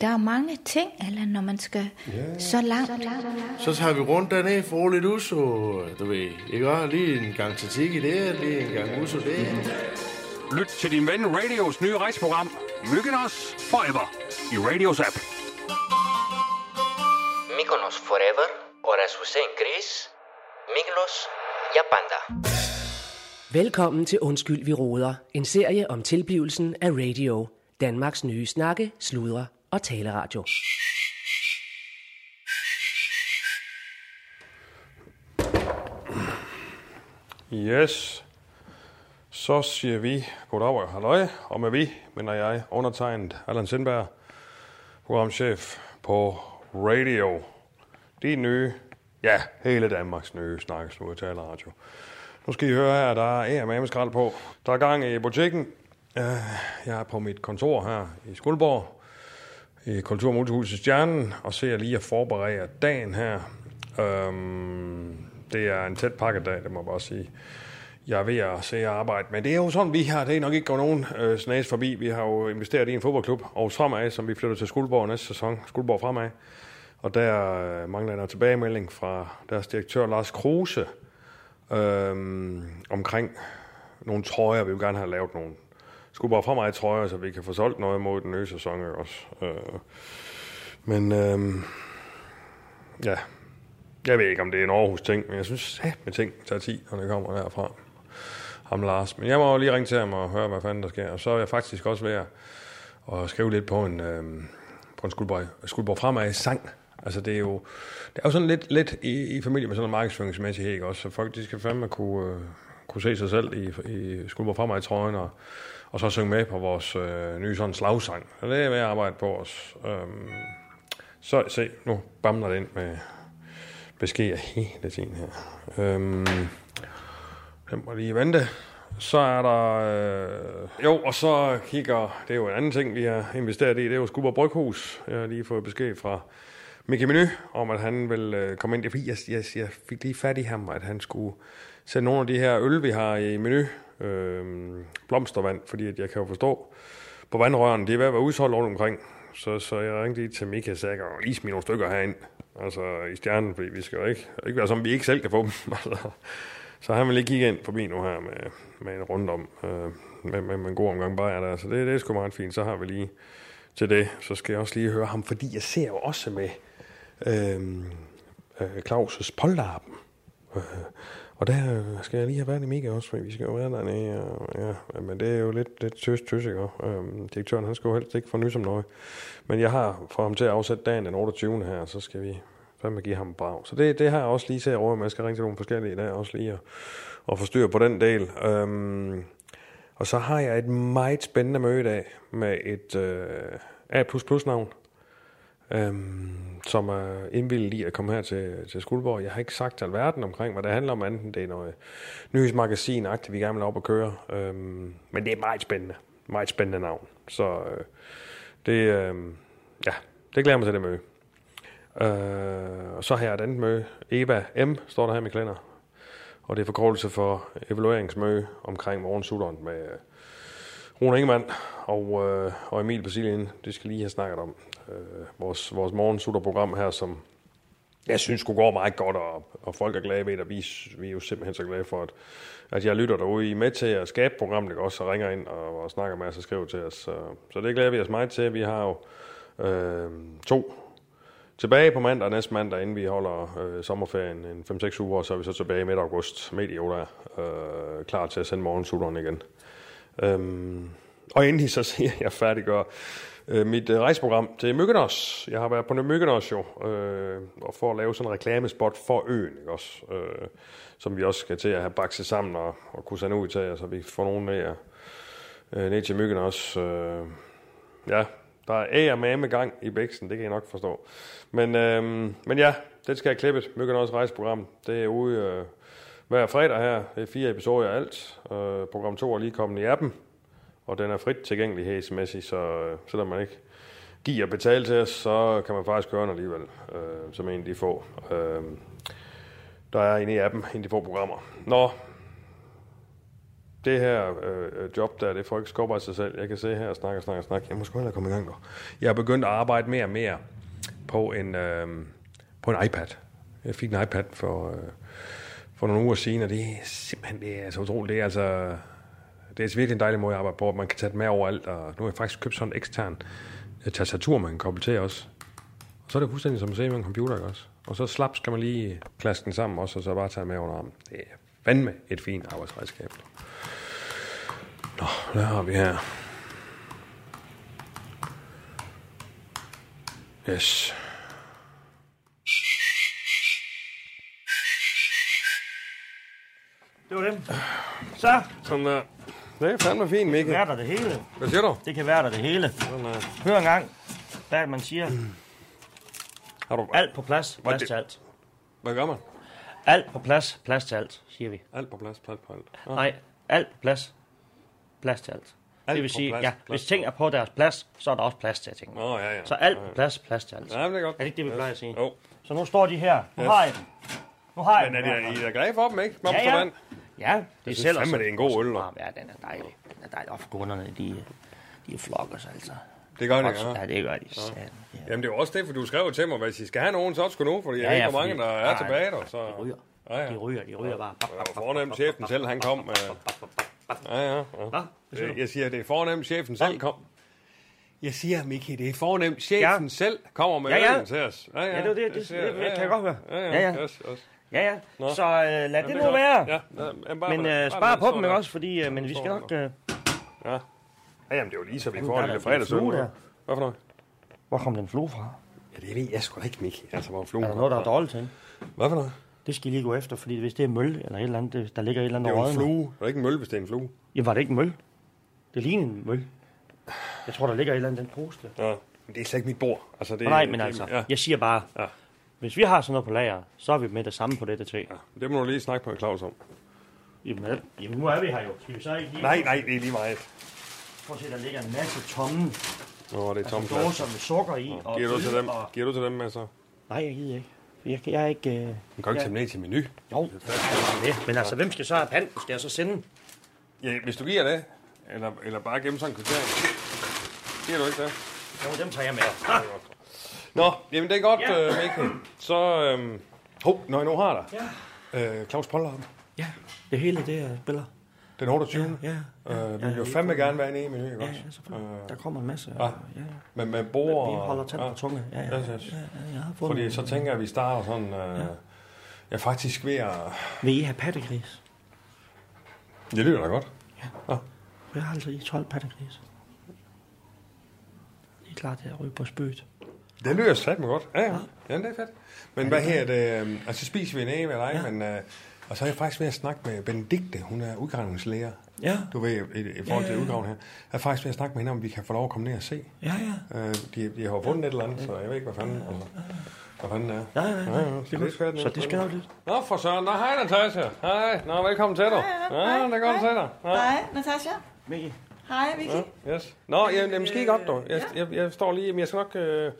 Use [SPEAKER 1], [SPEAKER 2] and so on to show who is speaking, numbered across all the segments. [SPEAKER 1] Der er mange ting, Allan, når man skal
[SPEAKER 2] Ja.
[SPEAKER 1] så langt. Så langt.
[SPEAKER 2] Så tager vi rundt dernede, får lidt uso, øh, du ved. Ikke også? Lige en gang tzatziki der, lige en gang uso der.
[SPEAKER 3] Lyt til din ven Radios nye rejseprogram, Mykonos Forever, i Radios app.
[SPEAKER 4] Mykonos Forever og Rasmus Gris, Miklos Japanda.
[SPEAKER 5] Velkommen til Undskyld, vi råder. En serie om tilblivelsen af radio. Danmarks nye snakke, sludre og taleradio.
[SPEAKER 6] Yes. Så siger vi goddag og halløj, og med vi mener jeg undertegnet Allan Sindberg, programchef på Radio. De nye, ja, hele Danmarks nye snakkesluge taleradio. Nu skal I høre her, der er med skrald på. Der er gang i butikken. Øh, Jeg er på mit kontor her i Skuldborg i Kulturmultihuset Stjernen, og ser lige at forberede dagen her. Øhm, det er en tæt pakket dag, det må jeg bare sige. Jeg er ved at se og arbejde, men det er jo sådan, vi har. Det er nok ikke gået nogen øh, snas forbi. Vi har jo investeret i en fodboldklub, Aarhus Fremad, som vi flytter til Skuldborg næste sæson. Skuldborg Fremad. Og der øh, mangler der tilbagemelding fra deres direktør, Lars Kruse, øhm, omkring nogle trøjer. Vi vil gerne have lavet nogle Skuldborg Fremad trøjer, så vi kan få solgt noget mod den nye sæson ikke også. Øh, men øhm, ja, jeg ved ikke, om det er en Aarhus-ting, men jeg synes, at med ting tager tid, når det kommer derfra. Ham Lars. Men jeg må jo lige ringe til ham og høre, hvad fanden der sker. Og så er jeg faktisk også ved at, at skrive lidt på en, øhm, på en Skuldborg, Skuldborg Fremad sang. Altså det er jo, det er jo sådan lidt, lidt i, i familie med sådan en markedsføringsmæssig hæk også. Så folk de skal fandme kunne, øh, kunne se sig selv i, i Skuldborg Fremad i trøjen og, og så synge med på vores øh, nye sådan slagsang. Så det er jeg ved at arbejde på os. Øhm, så se, nu bamler det ind med, beskeder hele tiden her. Øhm, jeg må lige vente. Så er der... Øh, jo, og så kigger... Det er jo en anden ting, vi har investeret i. Det er jo Skubber Bryghus. Jeg har lige fået besked fra Mickey Meny om, at han vil øh, komme ind. Det er fordi, jeg, jeg, jeg fik lige fat i ham, at han skulle sætte nogle af de her øl, vi har i Meny. Øh, blomstervand, fordi at jeg kan jo forstå på vandrørene. Det er ved at være udsolgt rundt omkring. Så, så jeg ringte lige til Mika og sagde, at lige smide nogle stykker herind. Altså i stjernen, fordi vi skal jo ikke, ikke være som vi ikke selv kan få dem. Altså, så han vil lige kigge ind forbi nu her med, med en rundt om, øh, med, med, med, en god omgang bare der. Så det, det er sgu meget fint. Så har vi lige til det. Så skal jeg også lige høre ham, fordi jeg ser jo også med øh, øh, Claus' polterappen. Øh, og der øh, skal jeg lige have været i mega også, for vi skal jo være dernede. Og, ja, men det er jo lidt, lidt tøs, tøs, ikke? også? Øhm, direktøren, han skal jo helst ikke få nys om noget. Men jeg har fået ham til at afsætte dagen den 28. her, så skal vi fandme give ham en brag. Så det, det har jeg også lige til at råde med. Jeg skal ringe til nogle forskellige i dag også lige og, og få styr på den del. Øhm, og så har jeg et meget spændende møde i dag med et øh, A++-navn øhm, som er indvildet i at komme her til, til Skuldborg. Jeg har ikke sagt alverden omkring, hvad det handler om, andet end det er noget nyhedsmagasin vi gerne vil op og køre. Øhm, men det er meget spændende. Meget spændende navn. Så øh, det, øh, ja, det glæder jeg mig til det møde. Øh, og så har jeg et andet møde. Eva M. står der her i min kalender. Og det er forkortelse for evalueringsmøde omkring morgensutteren med øh, Rune Ingemann og, øh, og Emil Basilien, det skal lige have snakket om. Øh, vores vores morgensutterprogram her, som jeg synes skulle går meget godt, og, og folk er glade ved det, og vi, vi er jo simpelthen så glade for, at, at jeg lytter derude. I er med til at skabe programmet, ikke? også så ringer ind og, og snakker med os og skriver til os. Så, så det glæder vi os meget til. Vi har jo øh, to tilbage på mandag og næste mandag, inden vi holder øh, sommerferien en 5-6 uger, og så er vi så tilbage i midt august, midt i år, der, øh, klar til at sende morgensutteren igen. Øhm, og endelig så siger jeg, at jeg færdiggør øh, mit øh, rejseprogram til Mykonos. Jeg har været på Mykonos jo, øh, og for at lave sådan en reklamespot for øen, ikke også? Øh, som vi også skal til at have bakset sammen og, og kunne sende ud til jer, så vi får nogen med jer øh, ned til Mykonos. Øh, ja, der er æg og mame gang i bæksen, det kan I nok forstå. Men, øh, men ja, det skal jeg klippet. Mykonos rejseprogram, det er ude... Øh, hver fredag her. Det er fire episoder af alt. Øh, program 2 er lige kommet i appen, og den er frit tilgængelig hæsmæssigt, så øh, selvom man ikke giver betale til os, så kan man faktisk gøre den alligevel, øh, som en af de få. Øh, der er inde i appen, en af de få programmer. Nå, det her øh, job der, det får ikke skubbet af sig selv. Jeg kan se her og snakke og snakke og snakke. Jeg må sgu hellere komme i gang nu. Jeg er begyndt at arbejde mere og mere på en, øh, på en iPad. Jeg fik en iPad for, øh, for nogle uger siden, og det er simpelthen det er så utroligt. Det er altså det er virkelig en dejlig måde at arbejde på, at man kan tage den med overalt. Og nu har jeg faktisk købt sådan en ekstern øh, tastatur, man kan koble til også. Og så er det fuldstændig som at se med en computer, ikke også? Og så slap skal man lige klasse den sammen også, og så bare tage den med under armen. Det er fandme et fint arbejdsredskab. Nå, hvad har vi her? Yes.
[SPEAKER 7] Det var dem. Så
[SPEAKER 6] Sådan der. Det er fandme fint, Mikkel.
[SPEAKER 7] er der det hele.
[SPEAKER 6] Hvad siger du?
[SPEAKER 7] Det kan være der det hele.
[SPEAKER 6] Sådan der.
[SPEAKER 7] Hør engang, hvad er det, man siger.
[SPEAKER 6] Har du...
[SPEAKER 7] Alt på plads,
[SPEAKER 6] Hvad
[SPEAKER 7] plads
[SPEAKER 6] det-
[SPEAKER 7] til alt.
[SPEAKER 6] Hvad gør man?
[SPEAKER 7] Alt på plads, plads til alt, siger vi.
[SPEAKER 6] Alt på plads, plads på alt. Nå.
[SPEAKER 7] Nej, alt på plads, plads til alt.
[SPEAKER 6] Alt
[SPEAKER 7] det vil
[SPEAKER 6] på
[SPEAKER 7] sige,
[SPEAKER 6] plads,
[SPEAKER 7] ja,
[SPEAKER 6] plads
[SPEAKER 7] hvis
[SPEAKER 6] til
[SPEAKER 7] ting er på deres plads, så er der også plads til ting.
[SPEAKER 6] Nå, ja, ja.
[SPEAKER 7] Så alt på plads, plads til alt.
[SPEAKER 6] Ja, men det er godt.
[SPEAKER 7] Er det ikke det, vi plejer at sige?
[SPEAKER 6] Jo.
[SPEAKER 7] Så nu står de her. Nu har jeg dem. Nu har jeg
[SPEAKER 6] Men er
[SPEAKER 7] dem.
[SPEAKER 6] det, I er glade for dem, ikke? Mamma
[SPEAKER 7] Ja, ja. Ja, de
[SPEAKER 6] synes
[SPEAKER 7] sælger
[SPEAKER 6] fandme,
[SPEAKER 7] sig.
[SPEAKER 6] det er en god øl, da.
[SPEAKER 7] Ja, den er dejlig. Den er dejlig. Og kunderne, de, de flokker sig altså.
[SPEAKER 6] Det gør det,
[SPEAKER 7] Ja,
[SPEAKER 6] ja.
[SPEAKER 7] det gør de. Satan, Ja.
[SPEAKER 6] Jamen, det er jo også det, for du skrev til mig, hvis I skal have nogen, så også skulle nu, fordi ja, jeg
[SPEAKER 7] Ja,
[SPEAKER 6] ved
[SPEAKER 7] ja,
[SPEAKER 6] ikke, hvor mange
[SPEAKER 7] fordi-
[SPEAKER 6] der er
[SPEAKER 7] Nej,
[SPEAKER 6] tilbage, der, så...
[SPEAKER 7] De ryger.
[SPEAKER 6] Ja, ja.
[SPEAKER 7] De ryger, de ryger bare.
[SPEAKER 6] Det var fornemt, chefen selv, han kom. Øh. Ja, ja, ja.
[SPEAKER 7] Hvad? Hvad siger du?
[SPEAKER 6] Øh, Jeg siger, det er fornemt, chefen selv kom. Jeg siger, Miki, det er fornemt, chefen
[SPEAKER 7] Ja.
[SPEAKER 6] selv kommer med
[SPEAKER 7] Ja, ja.
[SPEAKER 6] ølen til os. Ja, ja,
[SPEAKER 7] det var det, det-
[SPEAKER 6] siger-
[SPEAKER 7] det- det kan jeg godt høre.
[SPEAKER 6] Ja, ja,
[SPEAKER 7] Ja,
[SPEAKER 6] ja.
[SPEAKER 7] ja.
[SPEAKER 6] Yes, yes.
[SPEAKER 7] Ja, ja.
[SPEAKER 6] Nå.
[SPEAKER 7] Så øh, lad det nu
[SPEAKER 6] godt.
[SPEAKER 7] være.
[SPEAKER 6] Ja, ja, jamen, bare
[SPEAKER 7] Men
[SPEAKER 6] med- bare
[SPEAKER 7] øh, spar
[SPEAKER 6] med-
[SPEAKER 7] på dem
[SPEAKER 6] så
[SPEAKER 7] ikke
[SPEAKER 6] der.
[SPEAKER 7] også, fordi øh, men vi skal
[SPEAKER 6] Står
[SPEAKER 7] nok... Øh,
[SPEAKER 6] Ja, jamen, det er jo lige så, vi
[SPEAKER 7] Jamen,
[SPEAKER 6] får
[SPEAKER 7] der
[SPEAKER 6] en
[SPEAKER 7] er
[SPEAKER 6] lille
[SPEAKER 7] da en
[SPEAKER 6] fredagsøl.
[SPEAKER 7] flue
[SPEAKER 6] Hvad
[SPEAKER 7] der.
[SPEAKER 6] for noget?
[SPEAKER 7] øh, hvor kom den flue fra?
[SPEAKER 6] Ja, det ved jeg sgu da ikke, Miki. Altså, hvor en flue
[SPEAKER 7] Er der noget, der er dårligt til?
[SPEAKER 6] Hvad for noget?
[SPEAKER 7] Det skal I lige gå efter, fordi hvis det er møl eller et eller andet, det- der ligger et eller
[SPEAKER 6] Det
[SPEAKER 7] andet
[SPEAKER 6] er jo en
[SPEAKER 7] rådende.
[SPEAKER 6] flue. Det er ikke en mølle, hvis det er en flue.
[SPEAKER 7] Ja, var det ikke en møl? Det ligner en møl. Jeg tror, der ligger et eller andet i den pose. Der.
[SPEAKER 6] Ja. Men det er slet ikke mit bord. Altså, det,
[SPEAKER 7] Nå, Nej, men
[SPEAKER 6] det-
[SPEAKER 7] altså,
[SPEAKER 6] Ja.
[SPEAKER 7] jeg siger bare,
[SPEAKER 6] Ja.
[SPEAKER 7] hvis vi har sådan noget på lager, så er vi med det samme på dette til.
[SPEAKER 6] Det må du lige snakke med Claus om.
[SPEAKER 7] Jamen, al- jamen, nu er vi her jo. Skal vi så ikke lige...
[SPEAKER 6] Nej, nej, det er lige meget.
[SPEAKER 7] Prøv at se, der ligger en masse tomme altså
[SPEAKER 6] Nå, det er tomt plads.
[SPEAKER 7] dåser med sukker i. Og
[SPEAKER 6] Giver du
[SPEAKER 7] øl
[SPEAKER 6] til dem?
[SPEAKER 7] Og...
[SPEAKER 6] Giver du til dem altså? med så?
[SPEAKER 7] Nej, jeg gider ikke. Jeg, kan- jeg er ikke... Øh...
[SPEAKER 6] Man kan jo ikke tage dem ned til menu.
[SPEAKER 7] Jo, det er men altså, hvem skal så have panden? Skal jeg så sende?
[SPEAKER 6] Ja, hvis du giver det, eller, eller bare gemme sådan en kvittering. Giver du ikke det?
[SPEAKER 7] Jo, dem tager jeg med.
[SPEAKER 6] Nå, jamen det er godt,
[SPEAKER 7] Ja.
[SPEAKER 6] ja. øh, Mikkel. Så, øhm, hov, når jeg nu har dig. Ja. Øh, Claus Pollerup,
[SPEAKER 7] Ja, det hele det er spiller.
[SPEAKER 6] den 28. Ja.
[SPEAKER 7] Ja,
[SPEAKER 6] Øh, vi vil jo fandme gerne være inde i menu, ikke også?
[SPEAKER 7] selvfølgelig. Der kommer en masse.
[SPEAKER 6] Ja.
[SPEAKER 7] ja.
[SPEAKER 6] Men med bord og...
[SPEAKER 7] Vi holder tand
[SPEAKER 6] Ah.
[SPEAKER 7] på tunge. Ja, ja.
[SPEAKER 6] yes, yes.
[SPEAKER 7] ja, ja, jeg har fundet.
[SPEAKER 6] Fordi så tænker jeg, at vi starter sådan... Øh, ja. Jeg er faktisk ved at...
[SPEAKER 7] Vil I have pattegris?
[SPEAKER 6] Det lyder da godt.
[SPEAKER 7] Jeg har altså i 12 pattegris. Lige klar til at ryge på spøget.
[SPEAKER 6] Det lyder satme godt. Ja, ja. ja det er fedt. Men hvad her det? øhm, Altså, spiser vi en æg med dig, ja. men... Øh, og så er jeg faktisk ved at snakke med Benedikte, hun er udgravningslæger.
[SPEAKER 7] Ja.
[SPEAKER 6] Du ved, i, i forhold til udgraven her. Jeg er faktisk ved at snakke med hende, om vi kan få lov at komme ned og se.
[SPEAKER 7] Ja, ja.
[SPEAKER 6] Øh, de, de har jo fundet et eller andet, så jeg ved ikke, hvad fanden, altså, hvad fanden det er.
[SPEAKER 7] Ja, ja, ja.
[SPEAKER 6] så det, skal
[SPEAKER 7] Så det skal nok lidt.
[SPEAKER 6] Nå, for søren. Nå, hej Natasha. Hej. Nå, velkommen til dig. Ja,
[SPEAKER 8] hej,
[SPEAKER 6] det er godt at se
[SPEAKER 8] hej.
[SPEAKER 6] dig. Ja.
[SPEAKER 8] Hej, Natasha.
[SPEAKER 7] Mikkel.
[SPEAKER 8] Hej, Vicky. Ja.
[SPEAKER 6] Yes. Nå, jeg, jeg, måske godt dog. Jeg, jeg, jeg står lige, men jeg skal nok... Øh,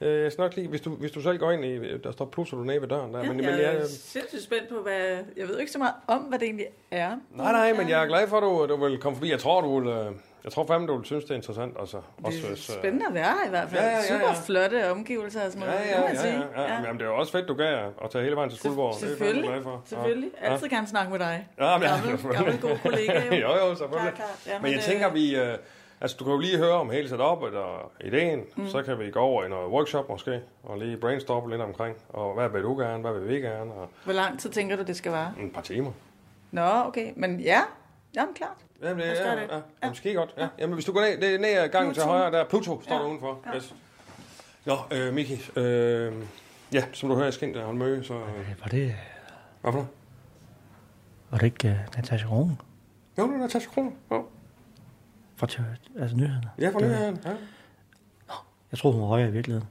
[SPEAKER 6] øh, jeg skal nok lige, hvis du, hvis du selv går ind i... Der står plusser du nede ved døren der. Ja, men, men
[SPEAKER 8] jeg
[SPEAKER 6] jeg, øh,
[SPEAKER 8] er sindssygt spændt på, hvad... Jeg ved jo ikke så meget om, hvad det egentlig er.
[SPEAKER 6] nej, nej, men jeg er glad for, at du, du vil komme forbi. Jeg tror, du vil... øh, Jeg tror fandme, du vil synes, det er interessant. Altså, også,
[SPEAKER 8] Det er
[SPEAKER 6] hvis, øh,
[SPEAKER 8] spændende at være her i hvert fald.
[SPEAKER 6] Ja, ja, ja, ja.
[SPEAKER 8] Super flotte omgivelser og sådan
[SPEAKER 6] Ja,
[SPEAKER 8] noget.
[SPEAKER 6] ja,
[SPEAKER 8] kan
[SPEAKER 6] ja,
[SPEAKER 8] man sige.
[SPEAKER 6] ja, ja. ja. Jamen, det er jo også fedt, du gav at tage hele vejen til Skuldborg. Det er jeg fandme
[SPEAKER 8] Selvfølgelig,
[SPEAKER 6] glad for. Ja.
[SPEAKER 8] selvfølgelig. Altid gerne snakke med dig.
[SPEAKER 6] Ja, men,
[SPEAKER 8] Gammel, gammel god kollega jo.
[SPEAKER 6] jo, jo, selvfølgelig.
[SPEAKER 8] Klart, klart. Ja,
[SPEAKER 6] men
[SPEAKER 8] men
[SPEAKER 6] jeg
[SPEAKER 8] det-
[SPEAKER 6] tænker, vi... Øh, altså, du kan jo lige høre om hele setupet og ideen. Mm. Så kan vi gå over i noget workshop måske, og lige brainstorme lidt omkring. Og hvad vil du gerne, hvad vil vi gerne, og
[SPEAKER 8] Hvor lang tid tænker du, det skal vare?
[SPEAKER 6] en par timer.
[SPEAKER 8] Nå, okay. Men ja, jamen klart.
[SPEAKER 6] Jamen, det,
[SPEAKER 8] Lad os
[SPEAKER 6] ja,
[SPEAKER 8] gøre
[SPEAKER 6] ja,
[SPEAKER 8] det.
[SPEAKER 6] ja. ja, måske godt. Ja. Jamen, hvis du går ned, det er ned ad gangen til
[SPEAKER 8] Pluto.
[SPEAKER 6] højre, der er Pluto, står ja.
[SPEAKER 8] Ja.
[SPEAKER 6] der udenfor. Ja. Yes. Nå, øh, Miki, øh, ja, som du hører, jeg skal ind og holde møde, så... Øh,
[SPEAKER 7] Var det,
[SPEAKER 6] hvad for noget?
[SPEAKER 7] var det ikke uh, Natasha Rogen
[SPEAKER 6] Jo, nu er Natasha Kron. Jo.
[SPEAKER 7] fra t- altså, nyhederne?
[SPEAKER 6] Ja, for nyheden. Ja,
[SPEAKER 7] Jeg tror, hun var højere i virkeligheden.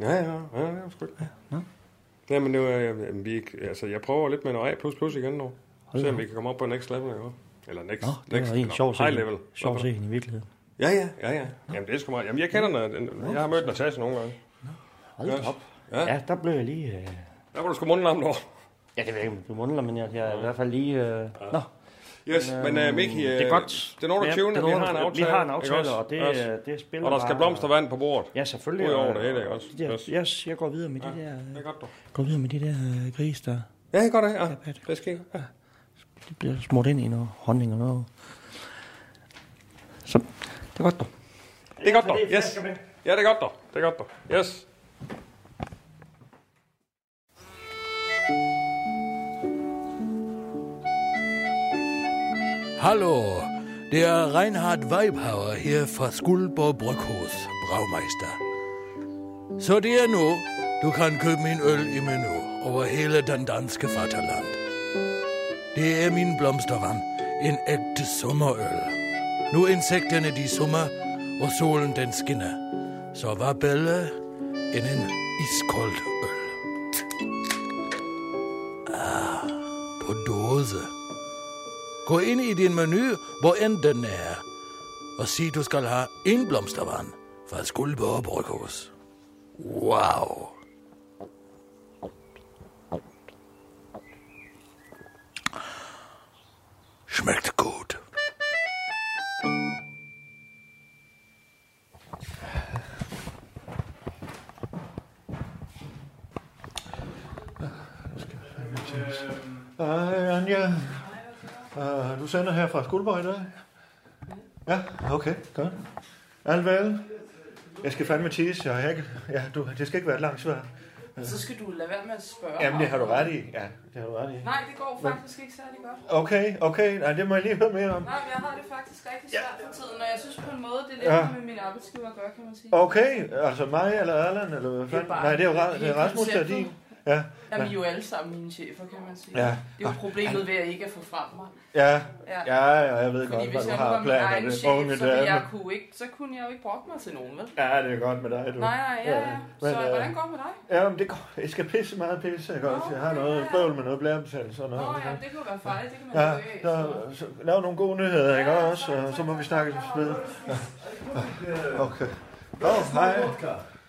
[SPEAKER 6] Ja, ja, ja, det er sgu ikke. Ja, men det var, jamen, vi, er ikke- altså, jeg prøver lidt med noget A++ igen nu. Se om vi kan komme op på next level, ikke? Eller next,
[SPEAKER 7] Nå, det
[SPEAKER 6] next
[SPEAKER 7] var en
[SPEAKER 6] eller
[SPEAKER 7] sjov
[SPEAKER 6] high
[SPEAKER 7] scene.
[SPEAKER 6] level.
[SPEAKER 7] Sjov
[SPEAKER 6] Hvorfor?
[SPEAKER 7] scene i virkeligheden.
[SPEAKER 6] Ja, ja, ja, ja. Jamen, det er sgu meget. Jamen, jeg kender den. Jeg har mødt Natasha nogle gange.
[SPEAKER 7] Hold
[SPEAKER 6] Yes.
[SPEAKER 7] da op.
[SPEAKER 6] Ja.
[SPEAKER 7] Ja, der blev jeg lige... Øh...
[SPEAKER 6] Der var du sgu munden om, du.
[SPEAKER 7] Ja, det ved jeg ikke, om du mundler, men jeg, jeg er i hvert fald lige... Øh... uh, Nå,
[SPEAKER 6] Yes, men øh, Miki, øh,
[SPEAKER 7] det er godt.
[SPEAKER 6] Den 28.
[SPEAKER 7] Ja,
[SPEAKER 6] vi har en aftale.
[SPEAKER 7] Vi har en
[SPEAKER 6] ikke
[SPEAKER 7] aftale,
[SPEAKER 6] også?
[SPEAKER 7] og det,
[SPEAKER 6] Yes.
[SPEAKER 7] øh, det spiller
[SPEAKER 6] Og der skal
[SPEAKER 7] bare-
[SPEAKER 6] blomstervand på bordet.
[SPEAKER 7] Ja, selvfølgelig.
[SPEAKER 6] Udover
[SPEAKER 7] og-
[SPEAKER 6] det hele, ikke også?
[SPEAKER 7] de der-
[SPEAKER 6] Yes.
[SPEAKER 7] Yes, jeg går videre med de der, uh,
[SPEAKER 6] Det er godt, du.
[SPEAKER 7] går videre med de der øh, gris, der
[SPEAKER 6] Ja, godt, ja. ja. Det sker. Ja.
[SPEAKER 7] de bliver smurt ind i noget honning og noget. Så det er godt, du.
[SPEAKER 6] Det er godt, dog. Yes. Ja, det er godt, dog. Det er godt, dog. Yes.
[SPEAKER 9] Hallo, det er Reinhard Weibhauer her fra Skuldborg Bryghus, Braumeister. Så det er nu, du kan købe min øl i menu over hele den danske fatterland. Det er min blomstervand, en ægte sommerøl. Nu insekterne de summer, og solen den skinner. Så var Bella end en iskold øl. Ah, på dåse. Gå ind i din menu, hvor end den er, og sig, du skal have en blomstervand fra Skuldborg Bryghus. Wow. Schmeckt gut.
[SPEAKER 2] Hej, Anja. Uh, du sender her fra Skuldborg i dag? Ja, okay, godt. Alt vel? Jeg skal fandme tisse, og jeg ikke... Ja, du, det skal ikke være et langt svar.
[SPEAKER 10] Så skal du lade være med at spørge
[SPEAKER 2] Jamen, det har du
[SPEAKER 10] mig.
[SPEAKER 2] ret i. Ja, det har du ret i.
[SPEAKER 10] Nej, det går faktisk ikke særlig godt.
[SPEAKER 2] Okay, okay, nej, det må jeg lige høre mere om.
[SPEAKER 10] Nej, men jeg har det faktisk rigtig svært for tiden, og jeg synes på en måde, det er lidt
[SPEAKER 2] Ja.
[SPEAKER 10] ja. med min arbejdsgiver at gøre, kan man sige.
[SPEAKER 2] Okay, altså mig eller Allan, eller hvad fanden?
[SPEAKER 10] bare
[SPEAKER 2] Nej, det er, jo Ra-
[SPEAKER 10] helt
[SPEAKER 2] det er Rasmus, der er
[SPEAKER 10] konceptet.
[SPEAKER 2] din. Ja,
[SPEAKER 10] Jamen, I er
[SPEAKER 2] ja,
[SPEAKER 10] jo alle sammen mine chefer, kan man sige.
[SPEAKER 2] Ja.
[SPEAKER 10] Det er jo
[SPEAKER 2] Og-
[SPEAKER 10] problemet ved at ikke at få frem mig.
[SPEAKER 2] ja,
[SPEAKER 10] Ja.
[SPEAKER 2] ja, ja, jeg ved
[SPEAKER 10] Fordi
[SPEAKER 2] godt, hvad
[SPEAKER 10] hvis
[SPEAKER 2] du
[SPEAKER 10] jeg
[SPEAKER 2] har
[SPEAKER 10] var min
[SPEAKER 2] planer,
[SPEAKER 10] egen
[SPEAKER 2] det
[SPEAKER 10] chef,
[SPEAKER 2] unge
[SPEAKER 10] så, ville
[SPEAKER 2] dame.
[SPEAKER 10] jeg kunne ikke, så kunne jeg jo ikke brokke mig til nogen, vel?
[SPEAKER 2] Ja, det er godt med dig, du.
[SPEAKER 10] Nej, nej, ja, ja. Så
[SPEAKER 2] øh,
[SPEAKER 10] hvordan går det med dig?
[SPEAKER 2] Ja, men det går. Jeg skal pisse meget pisse, jeg, også. jeg har noget bøvl med noget blærebetændelse og
[SPEAKER 10] Nå,
[SPEAKER 2] noget.
[SPEAKER 10] ja, det kunne være fejl, det kan man
[SPEAKER 2] Ja,
[SPEAKER 10] jo ikke.
[SPEAKER 2] der, så, lav nogle gode nyheder, ikke også? Og så må vi snakke lidt videre. Ja. Okay. Åh, oh, hej.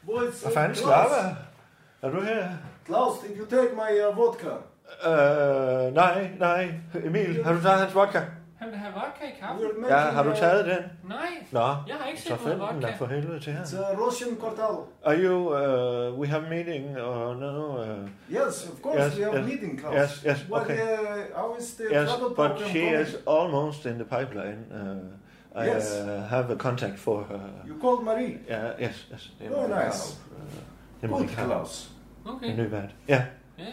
[SPEAKER 2] Hvad fanden slapper? Er du her?
[SPEAKER 11] Klaus, did you take my uh, vodka?
[SPEAKER 2] Øh, nej, nej. Emil, har du taget hans vodka?
[SPEAKER 12] Han vil have vodka i kaffen.
[SPEAKER 2] Ja, har du taget den?
[SPEAKER 12] Nej.
[SPEAKER 2] Nå,
[SPEAKER 12] Jeg har ikke
[SPEAKER 2] så
[SPEAKER 12] set
[SPEAKER 2] find
[SPEAKER 12] noget
[SPEAKER 2] den da
[SPEAKER 12] vodka.
[SPEAKER 2] for helvede til her.
[SPEAKER 11] It's a Russian Cortado.
[SPEAKER 2] Are you, uh, we have meeting or no? Uh,
[SPEAKER 11] Yes, of course, we have meeting, Klaus.
[SPEAKER 2] Yes, yes,
[SPEAKER 11] But,
[SPEAKER 2] okay.
[SPEAKER 11] uh, how is the
[SPEAKER 2] yes,
[SPEAKER 11] travel
[SPEAKER 2] but
[SPEAKER 11] program
[SPEAKER 2] she
[SPEAKER 11] going?
[SPEAKER 2] is almost in the pipeline. Uh, I
[SPEAKER 11] Yes.
[SPEAKER 2] uh, have a contact for her.
[SPEAKER 11] You called Marie.
[SPEAKER 2] Yeah, yes, yes. det må
[SPEAKER 11] Oh,
[SPEAKER 2] vi have.
[SPEAKER 11] nice.
[SPEAKER 2] Det må
[SPEAKER 11] Good,
[SPEAKER 2] vi have.
[SPEAKER 11] Klaus.
[SPEAKER 2] En ny vært. Ja.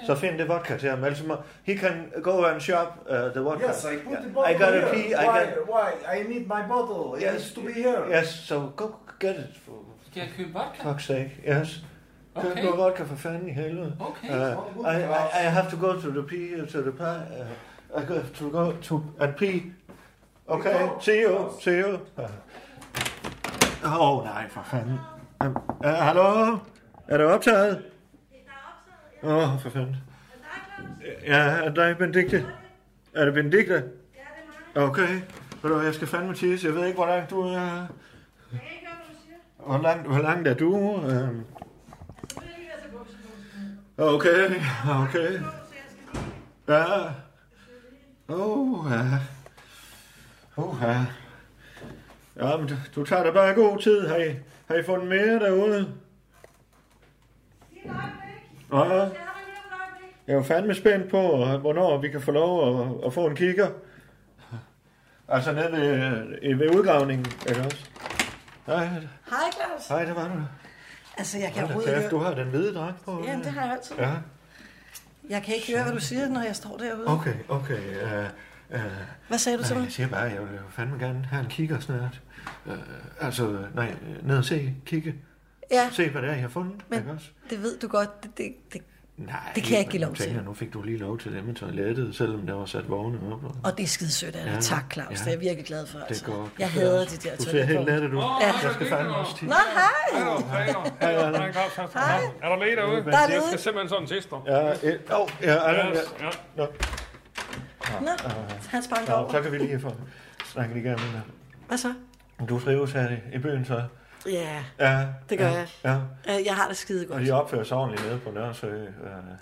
[SPEAKER 2] Så find det vodka til ham, ellers må... He can go and shop uh, the vodka.
[SPEAKER 11] Yes, I put
[SPEAKER 2] Yeah,
[SPEAKER 11] the bottle
[SPEAKER 2] I got
[SPEAKER 11] here.
[SPEAKER 2] a pee, I
[SPEAKER 11] why,
[SPEAKER 2] got...
[SPEAKER 11] why? I need my bottle. It needs to be here.
[SPEAKER 2] Yes, so go get it. For
[SPEAKER 12] Skal jeg købe vodka?
[SPEAKER 2] fuck's sake, yes. Køb
[SPEAKER 12] Okay.
[SPEAKER 2] noget vodka for fanden i helvede.
[SPEAKER 12] Okay.
[SPEAKER 2] Uh, I, I, I have to go to the pee, to the pie. Uh, I have to go to and pee. Okay, see you, see you. Uh, Åh, oh, nej, for fanden. Um, uh, hallo? Er du optaget? Åh, oh, for fanden. Ja, er det dig, Benedikte? Er det Benedikte? Ja, det er mig. Okay. Ved du, hvad, jeg skal fandme tisse. Jeg ved ikke, hvor langt du er. Hvor langt, hvor langt er du? Øhm, Okay, okay. Ja. Oh, ja. Oh, ja. Ja, men du, du tager da bare god tid. Har I, har I fundet mere derude? Ja. Jeg er jo fandme spændt på, øh, hvornår vi kan få lov at, at få en kigger. Altså nede ved, øh, ved udgravningen, ikke også? Nej,
[SPEAKER 13] Hej, Claus.
[SPEAKER 2] nej, der var du.
[SPEAKER 13] Altså, jeg kan
[SPEAKER 2] Hold da
[SPEAKER 13] overhovedet
[SPEAKER 2] kæft,
[SPEAKER 13] ikke...
[SPEAKER 2] Du har den hvide dragt på.
[SPEAKER 13] Jamen, det har jeg altid.
[SPEAKER 2] Ja,
[SPEAKER 13] Jeg kan ikke høre, hvad du siger, når jeg står derude.
[SPEAKER 2] okay, okay. Uh, uh,
[SPEAKER 13] Hvad sagde du til
[SPEAKER 2] nej,
[SPEAKER 13] mig?
[SPEAKER 2] Jeg siger bare, jeg vil jo fandme gerne have en kigger snart. Uh, altså, nej, øh, ned og se, kigge.
[SPEAKER 13] Ja.
[SPEAKER 2] Se, hvad det er, jeg har fundet. Men, ikke også?
[SPEAKER 13] Det ved du godt. Det, det, det.
[SPEAKER 2] Nej,
[SPEAKER 13] det kan jeg ikke give
[SPEAKER 2] men
[SPEAKER 13] lov
[SPEAKER 2] tænker
[SPEAKER 13] til.
[SPEAKER 2] jeg, Nu fik du lige lov til det med toilettet, selvom der var sat vogne op. Og...
[SPEAKER 13] Og det er skide sødt af dig.
[SPEAKER 2] Ja,
[SPEAKER 13] tak, Claus.
[SPEAKER 2] ja.
[SPEAKER 13] Det er jeg virkelig glad for.
[SPEAKER 2] Det er
[SPEAKER 13] altså.
[SPEAKER 2] godt.
[SPEAKER 13] Jeg
[SPEAKER 2] Det er
[SPEAKER 13] hader
[SPEAKER 2] også-
[SPEAKER 13] de der
[SPEAKER 2] du ser helt lettet ud.
[SPEAKER 13] Ja.
[SPEAKER 2] Jeg skal fandme også tisse.
[SPEAKER 13] Nå, hej.
[SPEAKER 6] Hej, Allan. Er der lige derude?
[SPEAKER 2] Der er
[SPEAKER 6] Jeg
[SPEAKER 2] derude.
[SPEAKER 6] skal simpelthen sådan tisse dig.
[SPEAKER 2] Ja, øh, oh, ja, Allan,
[SPEAKER 6] Yes,
[SPEAKER 2] ja.
[SPEAKER 6] ja.
[SPEAKER 2] Nå,
[SPEAKER 13] Nå, han sprang
[SPEAKER 2] nå,
[SPEAKER 13] over.
[SPEAKER 2] så kan vi lige få snakket igennem.
[SPEAKER 13] Hvad så?
[SPEAKER 2] Du trives her i- i byen, så?
[SPEAKER 10] Ja,
[SPEAKER 2] Ja,
[SPEAKER 10] det gør
[SPEAKER 2] ja,
[SPEAKER 10] jeg.
[SPEAKER 2] ja.
[SPEAKER 10] Øh, Jeg har det skide godt.
[SPEAKER 2] Og de opfører sig ordentligt nede på Nørresø. Øh,